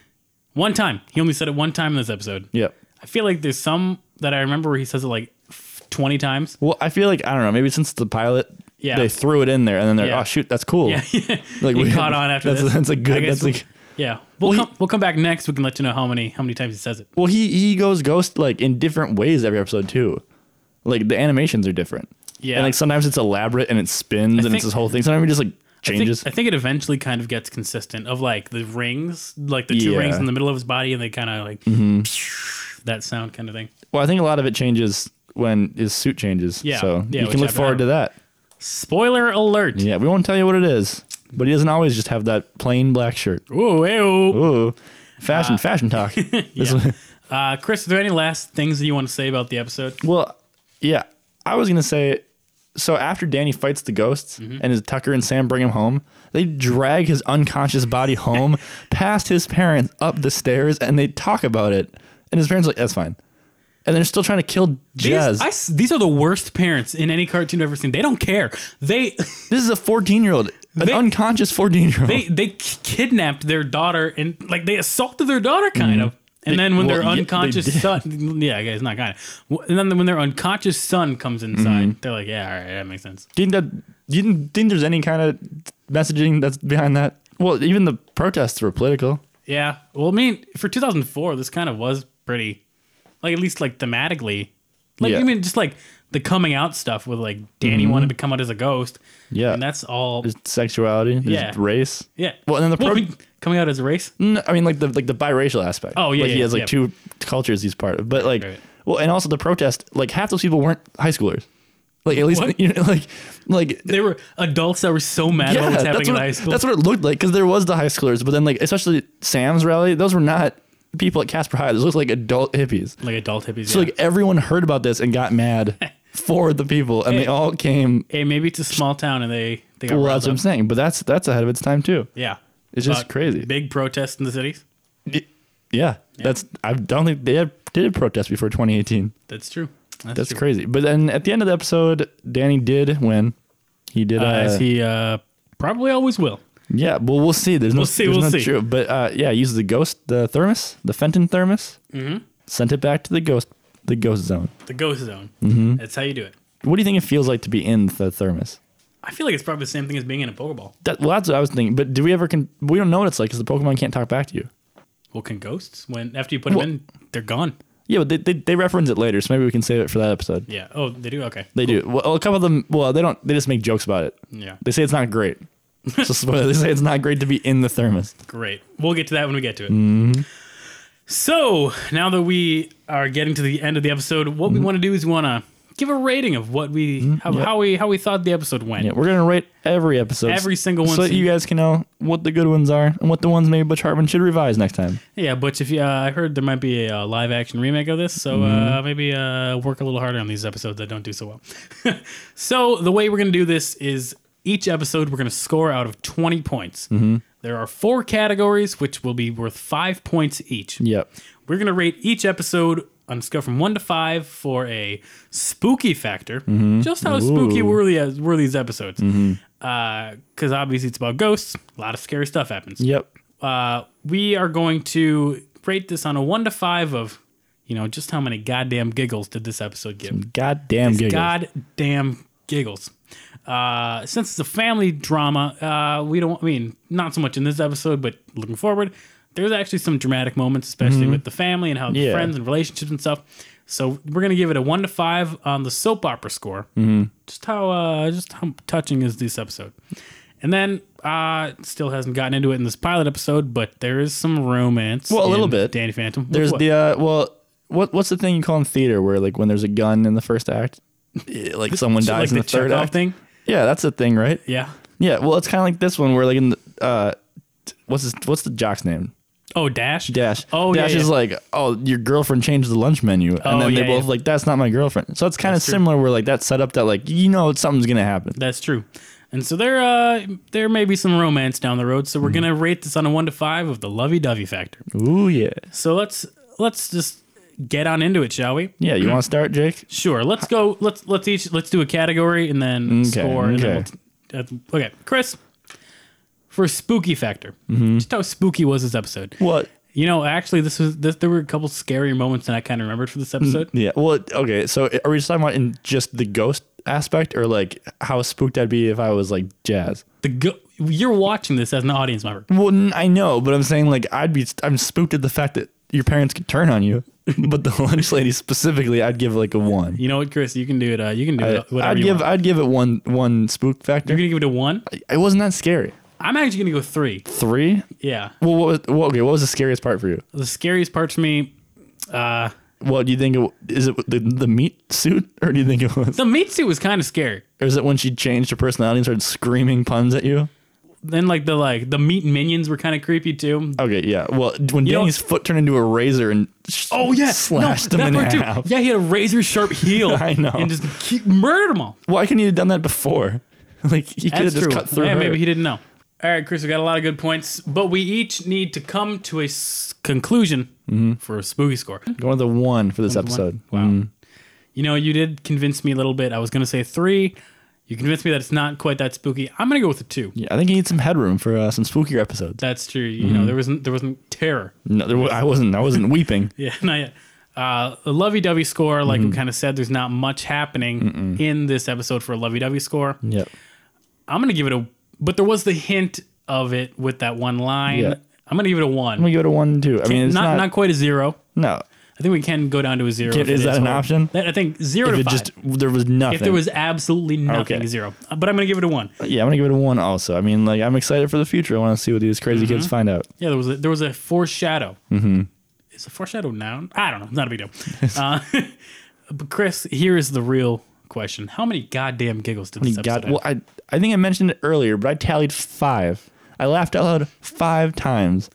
Speaker 2: One time, he only said it one time in this episode.
Speaker 3: Yep.
Speaker 2: I feel like there's some that I remember where he says it like f- twenty times.
Speaker 3: (laughs) Well, I feel like I don't know. Maybe since it's the pilot,
Speaker 2: Yeah.
Speaker 3: they threw it in there, and then they're
Speaker 2: Yeah.
Speaker 3: oh shoot, that's cool.
Speaker 2: Yeah, (laughs)
Speaker 3: Like
Speaker 2: You caught on after
Speaker 3: that's,
Speaker 2: this.
Speaker 3: That's a
Speaker 2: I
Speaker 3: good.
Speaker 2: guess
Speaker 3: That's like
Speaker 2: Yeah, we'll
Speaker 3: Well,
Speaker 2: come, we'll come back next. We can let you know how many how many times he says it.
Speaker 3: well, he he goes ghost like in different ways every episode too. Like the animations are different.
Speaker 2: Yeah.
Speaker 3: and like sometimes it's elaborate and it spins and
Speaker 2: think-
Speaker 3: it's this whole thing. Sometimes it just like
Speaker 2: I think,
Speaker 3: changes.
Speaker 2: I think it eventually kind of gets consistent of like the rings, like the two
Speaker 3: Yeah. Mm-hmm.
Speaker 2: rings in the middle of his body, and they kind of like that sound kind of thing.
Speaker 3: well, I think a lot of it changes when his suit changes.
Speaker 2: Yeah,
Speaker 3: so
Speaker 2: yeah,
Speaker 3: you
Speaker 2: which
Speaker 3: can look
Speaker 2: I've-
Speaker 3: forward to that.
Speaker 2: Spoiler alert!
Speaker 3: Yeah, we won't tell you what it is, but he doesn't always just have that plain black shirt.
Speaker 2: Ooh, ew. (laughs)
Speaker 3: Ooh, fashion, fashion talk. This
Speaker 2: Yeah.
Speaker 3: one-
Speaker 2: Uh, Chris, are there any last things that you want to say about the episode?
Speaker 3: Well, yeah, I was gonna say. So after Danny fights the ghosts
Speaker 2: Mm-hmm.
Speaker 3: and his Tucker and Sam bring him home, they drag his unconscious
Speaker 2: (laughs)
Speaker 3: body home past his parents up the stairs, and they talk about it. And his parents are like, "That's fine," and they're still trying to kill Jazz.
Speaker 2: These, I s- these are the worst parents in any cartoon I've ever seen. They don't care. They
Speaker 3: this is a fourteen-year-old, an
Speaker 2: They-
Speaker 3: unconscious fourteen-year-old. (laughs)
Speaker 2: they they k- kidnapped their daughter and like they assaulted their daughter kind of. And
Speaker 3: Mm-hmm. They-
Speaker 2: then when
Speaker 3: well,
Speaker 2: their
Speaker 3: yeah, they
Speaker 2: unconscious
Speaker 3: did.
Speaker 2: son, yeah, guys, not kind of. And then when their unconscious son comes inside,
Speaker 3: Mm-hmm.
Speaker 2: they're like, yeah, all right, that makes sense.
Speaker 3: Do you think that do you think there's any kind of messaging that's behind that? Well, even the protests were political.
Speaker 2: Yeah. Well, I mean, for 2004, this kind of was pretty, like at least like thematically, like
Speaker 3: Yeah. Mm-hmm.
Speaker 2: you mean just like the coming out stuff with like Danny wanted to come out as a ghost.
Speaker 3: Yeah.
Speaker 2: And that's all.
Speaker 3: There's sexuality. There's
Speaker 2: Yeah.
Speaker 3: race.
Speaker 2: yeah.
Speaker 3: Well, and then the pro-
Speaker 2: I mean, coming out as a race.
Speaker 3: No, I mean, like the like the biracial aspect.
Speaker 2: Oh, yeah,
Speaker 3: like he
Speaker 2: yeah,
Speaker 3: has like
Speaker 2: yeah.
Speaker 3: two cultures he's part of. But like,
Speaker 2: Right.
Speaker 3: well, and also the protest. Like half those people weren't high schoolers. Like at least
Speaker 2: What?
Speaker 3: you know, like like
Speaker 2: They were adults that were so mad
Speaker 3: yeah,
Speaker 2: about what's
Speaker 3: that's
Speaker 2: happening in
Speaker 3: what it-
Speaker 2: high school.
Speaker 3: That's what it looked like because there was the high schoolers, but then like especially Sam's rally, those were not people at Casper High. Those looked like adult hippies.
Speaker 2: like adult hippies.
Speaker 3: So
Speaker 2: yeah.
Speaker 3: like everyone heard about this and
Speaker 2: (laughs)
Speaker 3: got mad for the people, and they all came.
Speaker 2: hey, maybe it's a small town and they they got
Speaker 3: Well,
Speaker 2: riled
Speaker 3: that's what I'm
Speaker 2: up.
Speaker 3: saying. But that's that's ahead of its time too.
Speaker 2: Yeah.
Speaker 3: It's just
Speaker 2: But
Speaker 3: crazy.
Speaker 2: Big protests in the cities.
Speaker 3: Y- Yeah, that's. I don't think they had, did a protest before 2018.
Speaker 2: That's true. That's,
Speaker 3: That's
Speaker 2: true.
Speaker 3: crazy. But then at the end of the episode, Danny did win. He did. Uh,
Speaker 2: Uh, as he uh, probably always will.
Speaker 3: yeah. Well, we'll see. There's no.
Speaker 2: We'll see,
Speaker 3: There's
Speaker 2: we'll
Speaker 3: no
Speaker 2: see.
Speaker 3: True. But uh, yeah, he used the ghost, the thermos, the Fenton thermos. Mm-hmm. Sent it back to the ghost, the ghost zone.
Speaker 2: The ghost zone.
Speaker 3: Mm-hmm.
Speaker 2: That's how you do it.
Speaker 3: What do you think it feels like to be in the thermos?
Speaker 2: I feel like it's probably the same thing as being in a Pokeball.
Speaker 3: That, well, that's what I was thinking. But do we ever? Con- we don't know what it's like because the Pokemon can't talk back to you.
Speaker 2: Well, can ghosts when after you put them
Speaker 3: Well-
Speaker 2: in, they're gone.
Speaker 3: Yeah, but they, they, they reference it later, so maybe we can save it for that episode.
Speaker 2: Yeah. Oh, they do. Okay.
Speaker 3: They do. Well, a couple of them. Well, they don't. They just make jokes about it.
Speaker 2: Yeah.
Speaker 3: They say it's not
Speaker 2: (laughs)
Speaker 3: great. so spoiler, they say it's not great to be in the thermos.
Speaker 2: Great. We'll get to that when we get to it.
Speaker 3: Mm-hmm.
Speaker 2: So now that we are getting to the end of the episode, what we want to do is we want to give a rating of what we how,
Speaker 3: Mm-hmm. yeah.
Speaker 2: how we how we thought the episode went.
Speaker 3: Yeah, we're gonna rate every episode,
Speaker 2: Every single one,
Speaker 3: so that
Speaker 2: so
Speaker 3: you
Speaker 2: you-
Speaker 3: guys can know what the good ones are and what the ones maybe Butch Hartman should revise next time.
Speaker 2: Yeah, but if you, uh, I heard there might be a, uh live action remake of this, so uh, maybe uh, work a little harder on these episodes that don't do so well. (laughs) so the way we're gonna do this is each episode we're gonna score out of twenty points. There are four categories, which will be worth five points each.
Speaker 3: Yep.
Speaker 2: We're gonna rate each episode on a scale from one to five for a spooky factor. Just how spooky were, the, were these episodes? Because obviously it's about ghosts. A lot of scary stuff happens
Speaker 3: Yep.
Speaker 2: uh, we are going to rate this on a one to five of, you know, just how many goddamn giggles did this episode get?
Speaker 3: Goddamn giggles.
Speaker 2: Goddamn giggles. Uh, since it's a family drama, uh, we don't. I mean, not so much in this episode, but looking forward, there's actually some dramatic moments, especially with the family and how the
Speaker 3: Mm-hmm. Yeah.
Speaker 2: friends and relationships and stuff. So we're gonna give it a one to five on the soap opera score. Mm-hmm. Just how uh, just how touching is this episode. And then uh, still hasn't gotten into it in this pilot episode, but there is some romance.
Speaker 3: Well, a little
Speaker 2: in
Speaker 3: bit.
Speaker 2: Danny Phantom.
Speaker 3: There's
Speaker 2: What-
Speaker 3: the uh, well, what what's the thing you call in theater where like when there's a gun in the first act, Yeah, like someone
Speaker 2: like
Speaker 3: dies in
Speaker 2: the
Speaker 3: the, third
Speaker 2: Chekhov
Speaker 3: act.
Speaker 2: thing.
Speaker 3: Yeah, that's a thing, right?
Speaker 2: Yeah.
Speaker 3: Yeah, well, it's kind of like this one where like in the, uh, t- what's his, what's the jock's name?
Speaker 2: Oh, Dash.
Speaker 3: Dash.
Speaker 2: Oh,
Speaker 3: Dash
Speaker 2: yeah,
Speaker 3: is
Speaker 2: yeah.
Speaker 3: like, oh, your girlfriend changed the lunch menu,
Speaker 2: Oh,
Speaker 3: and then
Speaker 2: yeah,
Speaker 3: they both
Speaker 2: yeah.
Speaker 3: like, that's not my girlfriend. So it's kind of
Speaker 2: true.
Speaker 3: similar where like that setup that like you know something's gonna happen.
Speaker 2: That's true. And so there, uh, there may be some romance down the road.
Speaker 3: Mm-hmm.
Speaker 2: So we're gonna rate this on a one to five of the lovey-dovey factor.
Speaker 3: Ooh yeah,
Speaker 2: So let's let's just get on into it, shall we?
Speaker 3: yeah. You want to start, Jake?
Speaker 2: Sure. Let's go. Let's let's each let's do a category and then score. And then
Speaker 3: okay.
Speaker 2: we'll t- uh, okay, Chris. For spooky factor,
Speaker 3: Mm-hmm.
Speaker 2: just how spooky was this episode?
Speaker 3: What?
Speaker 2: You know, actually, this was this, there were a couple scary moments that I kind of remembered for this episode.
Speaker 3: Yeah. Well, okay. So are we just talking about in just the ghost aspect, or like how spooked I'd be if I was like jazz?
Speaker 2: The go- you're watching this as an audience member.
Speaker 3: Well, n- I know, but I'm saying like I'd be I'm spooked at the fact that your parents could turn on you. (laughs) but the lunch lady specifically, I'd give like a one.
Speaker 2: You know what, Chris? You can do it. Uh, you can do
Speaker 3: I,
Speaker 2: it. Whatever
Speaker 3: would
Speaker 2: you
Speaker 3: give
Speaker 2: want.
Speaker 3: I'd give it one one spook
Speaker 2: You're
Speaker 3: factor.
Speaker 2: gonna give it a one.
Speaker 3: It wasn't that scary.
Speaker 2: I'm actually gonna go three.
Speaker 3: Three?
Speaker 2: Yeah,
Speaker 3: Well, what was well, okay? What was the scariest part for you?
Speaker 2: the scariest part for me, uh,
Speaker 3: Well, do you think it, is it the, the meat suit, or do you think it was,
Speaker 2: the meat suit was kind of scary.
Speaker 3: or is it when she changed her personality and started screaming puns at you?
Speaker 2: then like the like the meat minions were kind of creepy
Speaker 3: (laughs)
Speaker 2: too.
Speaker 3: Okay, yeah. Well, when
Speaker 2: You know-
Speaker 3: Danny's foot turned into a razor and s-
Speaker 2: Oh yeah,
Speaker 3: slashed
Speaker 2: no,
Speaker 3: him
Speaker 2: that
Speaker 3: in
Speaker 2: part too.
Speaker 3: half.
Speaker 2: Yeah, he had a razor sharp heel.
Speaker 3: (laughs) I know.
Speaker 2: and just keep, murdered them all.
Speaker 3: Why couldn't he have done that before? (laughs) Like he could have
Speaker 2: That's
Speaker 3: just
Speaker 2: true.
Speaker 3: cut through.
Speaker 2: yeah,
Speaker 3: her.
Speaker 2: maybe he didn't know. All right, Chris, we got a lot of good points, but we each need to come to a s- conclusion
Speaker 3: Mm-hmm.
Speaker 2: for a spooky score.
Speaker 3: Going to one for this episode.
Speaker 2: Wow. You know, you did convince me a little bit. I was going to say three. You convinced me that it's not quite that spooky. I'm going to go with a two.
Speaker 3: Yeah, I think he needs some headroom for uh, some spookier episodes.
Speaker 2: That's true. You
Speaker 3: Mm-hmm.
Speaker 2: know, there wasn't there wasn't terror.
Speaker 3: No, there, wa- I wasn't. I wasn't
Speaker 2: (laughs)
Speaker 3: weeping.
Speaker 2: Yeah, not yet. Uh, a lovey-dovey score, like
Speaker 3: Mm-hmm.
Speaker 2: we kind of said, there's not much happening in this episode for a lovey-dovey score.
Speaker 3: Yep.
Speaker 2: I'm gonna give it a, but there was the hint of it with that one line.
Speaker 3: Yeah.
Speaker 2: I'm gonna give it a
Speaker 3: I'm
Speaker 2: one.
Speaker 3: gonna go to one too. I mean, it's
Speaker 2: not,
Speaker 3: not,
Speaker 2: not quite a zero.
Speaker 3: no.
Speaker 2: I think we can go down to a zero.
Speaker 3: Can-
Speaker 2: if it
Speaker 3: is that an
Speaker 2: horrible.
Speaker 3: option?
Speaker 2: That, I think zero
Speaker 3: If
Speaker 2: to
Speaker 3: it
Speaker 2: five.
Speaker 3: just there was nothing.
Speaker 2: if there was absolutely nothing,
Speaker 3: Okay.
Speaker 2: zero. Uh, But I'm gonna give it a one.
Speaker 3: yeah, I'm gonna give it a one. Also, I mean, like I'm excited for the future. I want to see what these crazy
Speaker 2: Mm-hmm.
Speaker 3: kids find out.
Speaker 2: Yeah, there was a, there was a foreshadow. Mm-hmm. Is a foreshadow a noun? I don't know. Not a big deal. (laughs) uh, but Chris, here is the real question: How many goddamn giggles did this episode?
Speaker 3: God,
Speaker 2: have?
Speaker 3: well, I I think I mentioned it earlier, but I tallied five. I laughed out loud five times.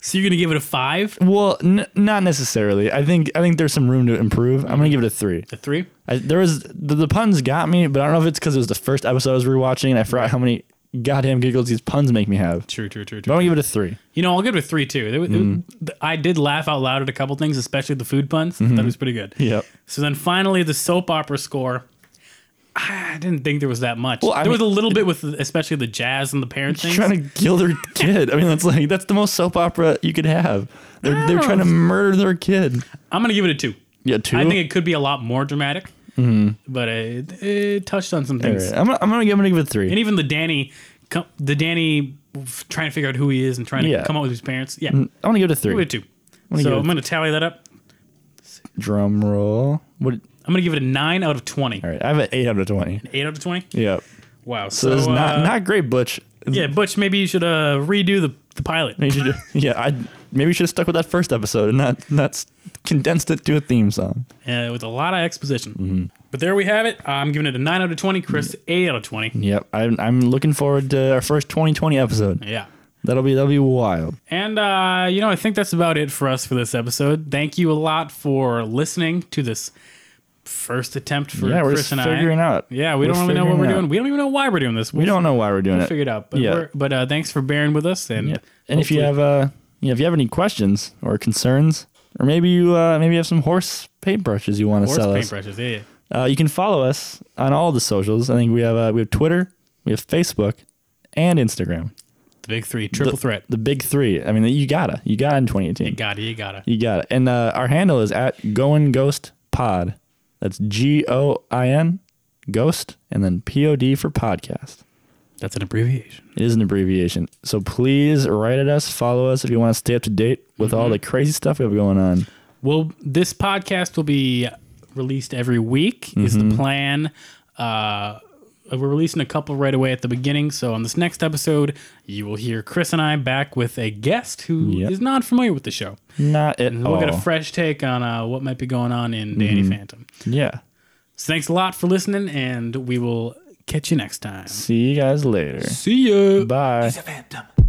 Speaker 2: so you're gonna give it a five,
Speaker 3: Well, n- not necessarily. I think I think there's some room to improve. I'm gonna give it a three.
Speaker 2: a three?
Speaker 3: I, there was the, the puns got me, but I don't know if it's because it was the first episode I was rewatching and I forgot how many goddamn giggles these puns make me have.
Speaker 2: True, true, true,
Speaker 3: But
Speaker 2: true.
Speaker 3: I'm gonna give it a three.
Speaker 2: You know, I'll give it a three too. There, there-
Speaker 3: Mm-hmm.
Speaker 2: I did laugh out loud at a couple things, especially the food puns. I thought That was pretty good.
Speaker 3: Yep.
Speaker 2: So then finally, the soap opera score. I didn't think there was that much.
Speaker 3: Well, I
Speaker 2: there was a
Speaker 3: mean-
Speaker 2: little bit with, especially the jazz and the parent things.
Speaker 3: Trying to kill their kid. I mean, that's like that's the most soap opera you could have. They're they're trying to murder their kid.
Speaker 2: I'm gonna give it a two.
Speaker 3: Yeah, two.
Speaker 2: I think it could be a lot more dramatic, but it, it touched on some things.
Speaker 3: Alright, I'm, gonna- I'm gonna give I'm gonna give Mm-hmm. it a three.
Speaker 2: And even the Danny, co- the Danny f- trying to figure out who he is and trying
Speaker 3: Yeah.
Speaker 2: to come up with his parents. Yeah,
Speaker 3: I'm gonna give it a three.
Speaker 2: give it a two.
Speaker 3: give it
Speaker 2: So
Speaker 3: a
Speaker 2: I'm going to tally that up.
Speaker 3: Drum roll. What?
Speaker 2: I'm going to give it a nine out of twenty.
Speaker 3: All right, I have an eight out of twenty.
Speaker 2: Eight out of twenty.
Speaker 3: Yeah.
Speaker 2: Wow. So,
Speaker 3: So, it's not
Speaker 2: uh,
Speaker 3: not great, (laughs) Butch.
Speaker 2: yeah, Butch, maybe you should uh, redo the, the pilot.
Speaker 3: You should- yeah, I maybe we should have stuck with that first episode and not not s- condensed it to a theme song.
Speaker 2: uh, with a lot of exposition.
Speaker 3: Mm-hmm.
Speaker 2: But there we have it. I'm giving it a 9 out of 20. Chris,
Speaker 3: Mm.
Speaker 2: 8 out of 20.
Speaker 3: Yep, I'm I'm looking forward to our first 2020 episode.
Speaker 2: Yeah.
Speaker 3: That'll be that'll be wild.
Speaker 2: And, uh, you know, I think that's about it for us for this episode. Thank you a lot for listening to this first attempt for
Speaker 3: Yeah, we're
Speaker 2: Chris
Speaker 3: just
Speaker 2: and
Speaker 3: figuring
Speaker 2: I.
Speaker 3: out.
Speaker 2: Yeah, we
Speaker 3: We're
Speaker 2: don't really know what
Speaker 3: figuring
Speaker 2: we're
Speaker 3: it out.
Speaker 2: doing. We don't even know why we're doing this.
Speaker 3: We don't know why we're doing it.
Speaker 2: figure it out. But,
Speaker 3: yeah.
Speaker 2: we're, but uh, thanks for bearing with us. And,
Speaker 3: yeah. And if you
Speaker 2: hopefully-
Speaker 3: have uh, you know, if you have any questions or concerns, or maybe you uh, maybe you have some horse paintbrushes you want to
Speaker 2: Horse
Speaker 3: sell us,
Speaker 2: paintbrushes, yeah, yeah.
Speaker 3: uh, you can follow us on all the socials. I think we have uh, we have Twitter, we have Facebook, and Instagram.
Speaker 2: The big three, triple
Speaker 3: the,
Speaker 2: threat.
Speaker 3: The big three. I mean, you gotta, you gotta in 2018. You
Speaker 2: Gotta, you gotta.
Speaker 3: You got it. And uh, our handle is at Going Ghost Pod. That's G O I N Ghost and then P O D for podcast.
Speaker 2: That's an abbreviation.
Speaker 3: It is an abbreviation. So please write at us, follow us if you want to stay up to date with all the
Speaker 2: Mm-hmm.
Speaker 3: crazy stuff we have going on.
Speaker 2: Well, this podcast will be released every week. Is the plan? Uh, we're releasing a couple right away at the beginning. So on this next episode, you will hear Chris and I back with a guest who is
Speaker 3: Yep.
Speaker 2: not familiar with the show.
Speaker 3: Not at
Speaker 2: And
Speaker 3: all.
Speaker 2: we'll get a fresh take on uh, what might be going on in Danny Phantom.
Speaker 3: yeah.
Speaker 2: So thanks a lot for listening, and we will catch you next time.
Speaker 3: See you guys later.
Speaker 2: See ya.
Speaker 3: Bye.
Speaker 1: He's a phantom.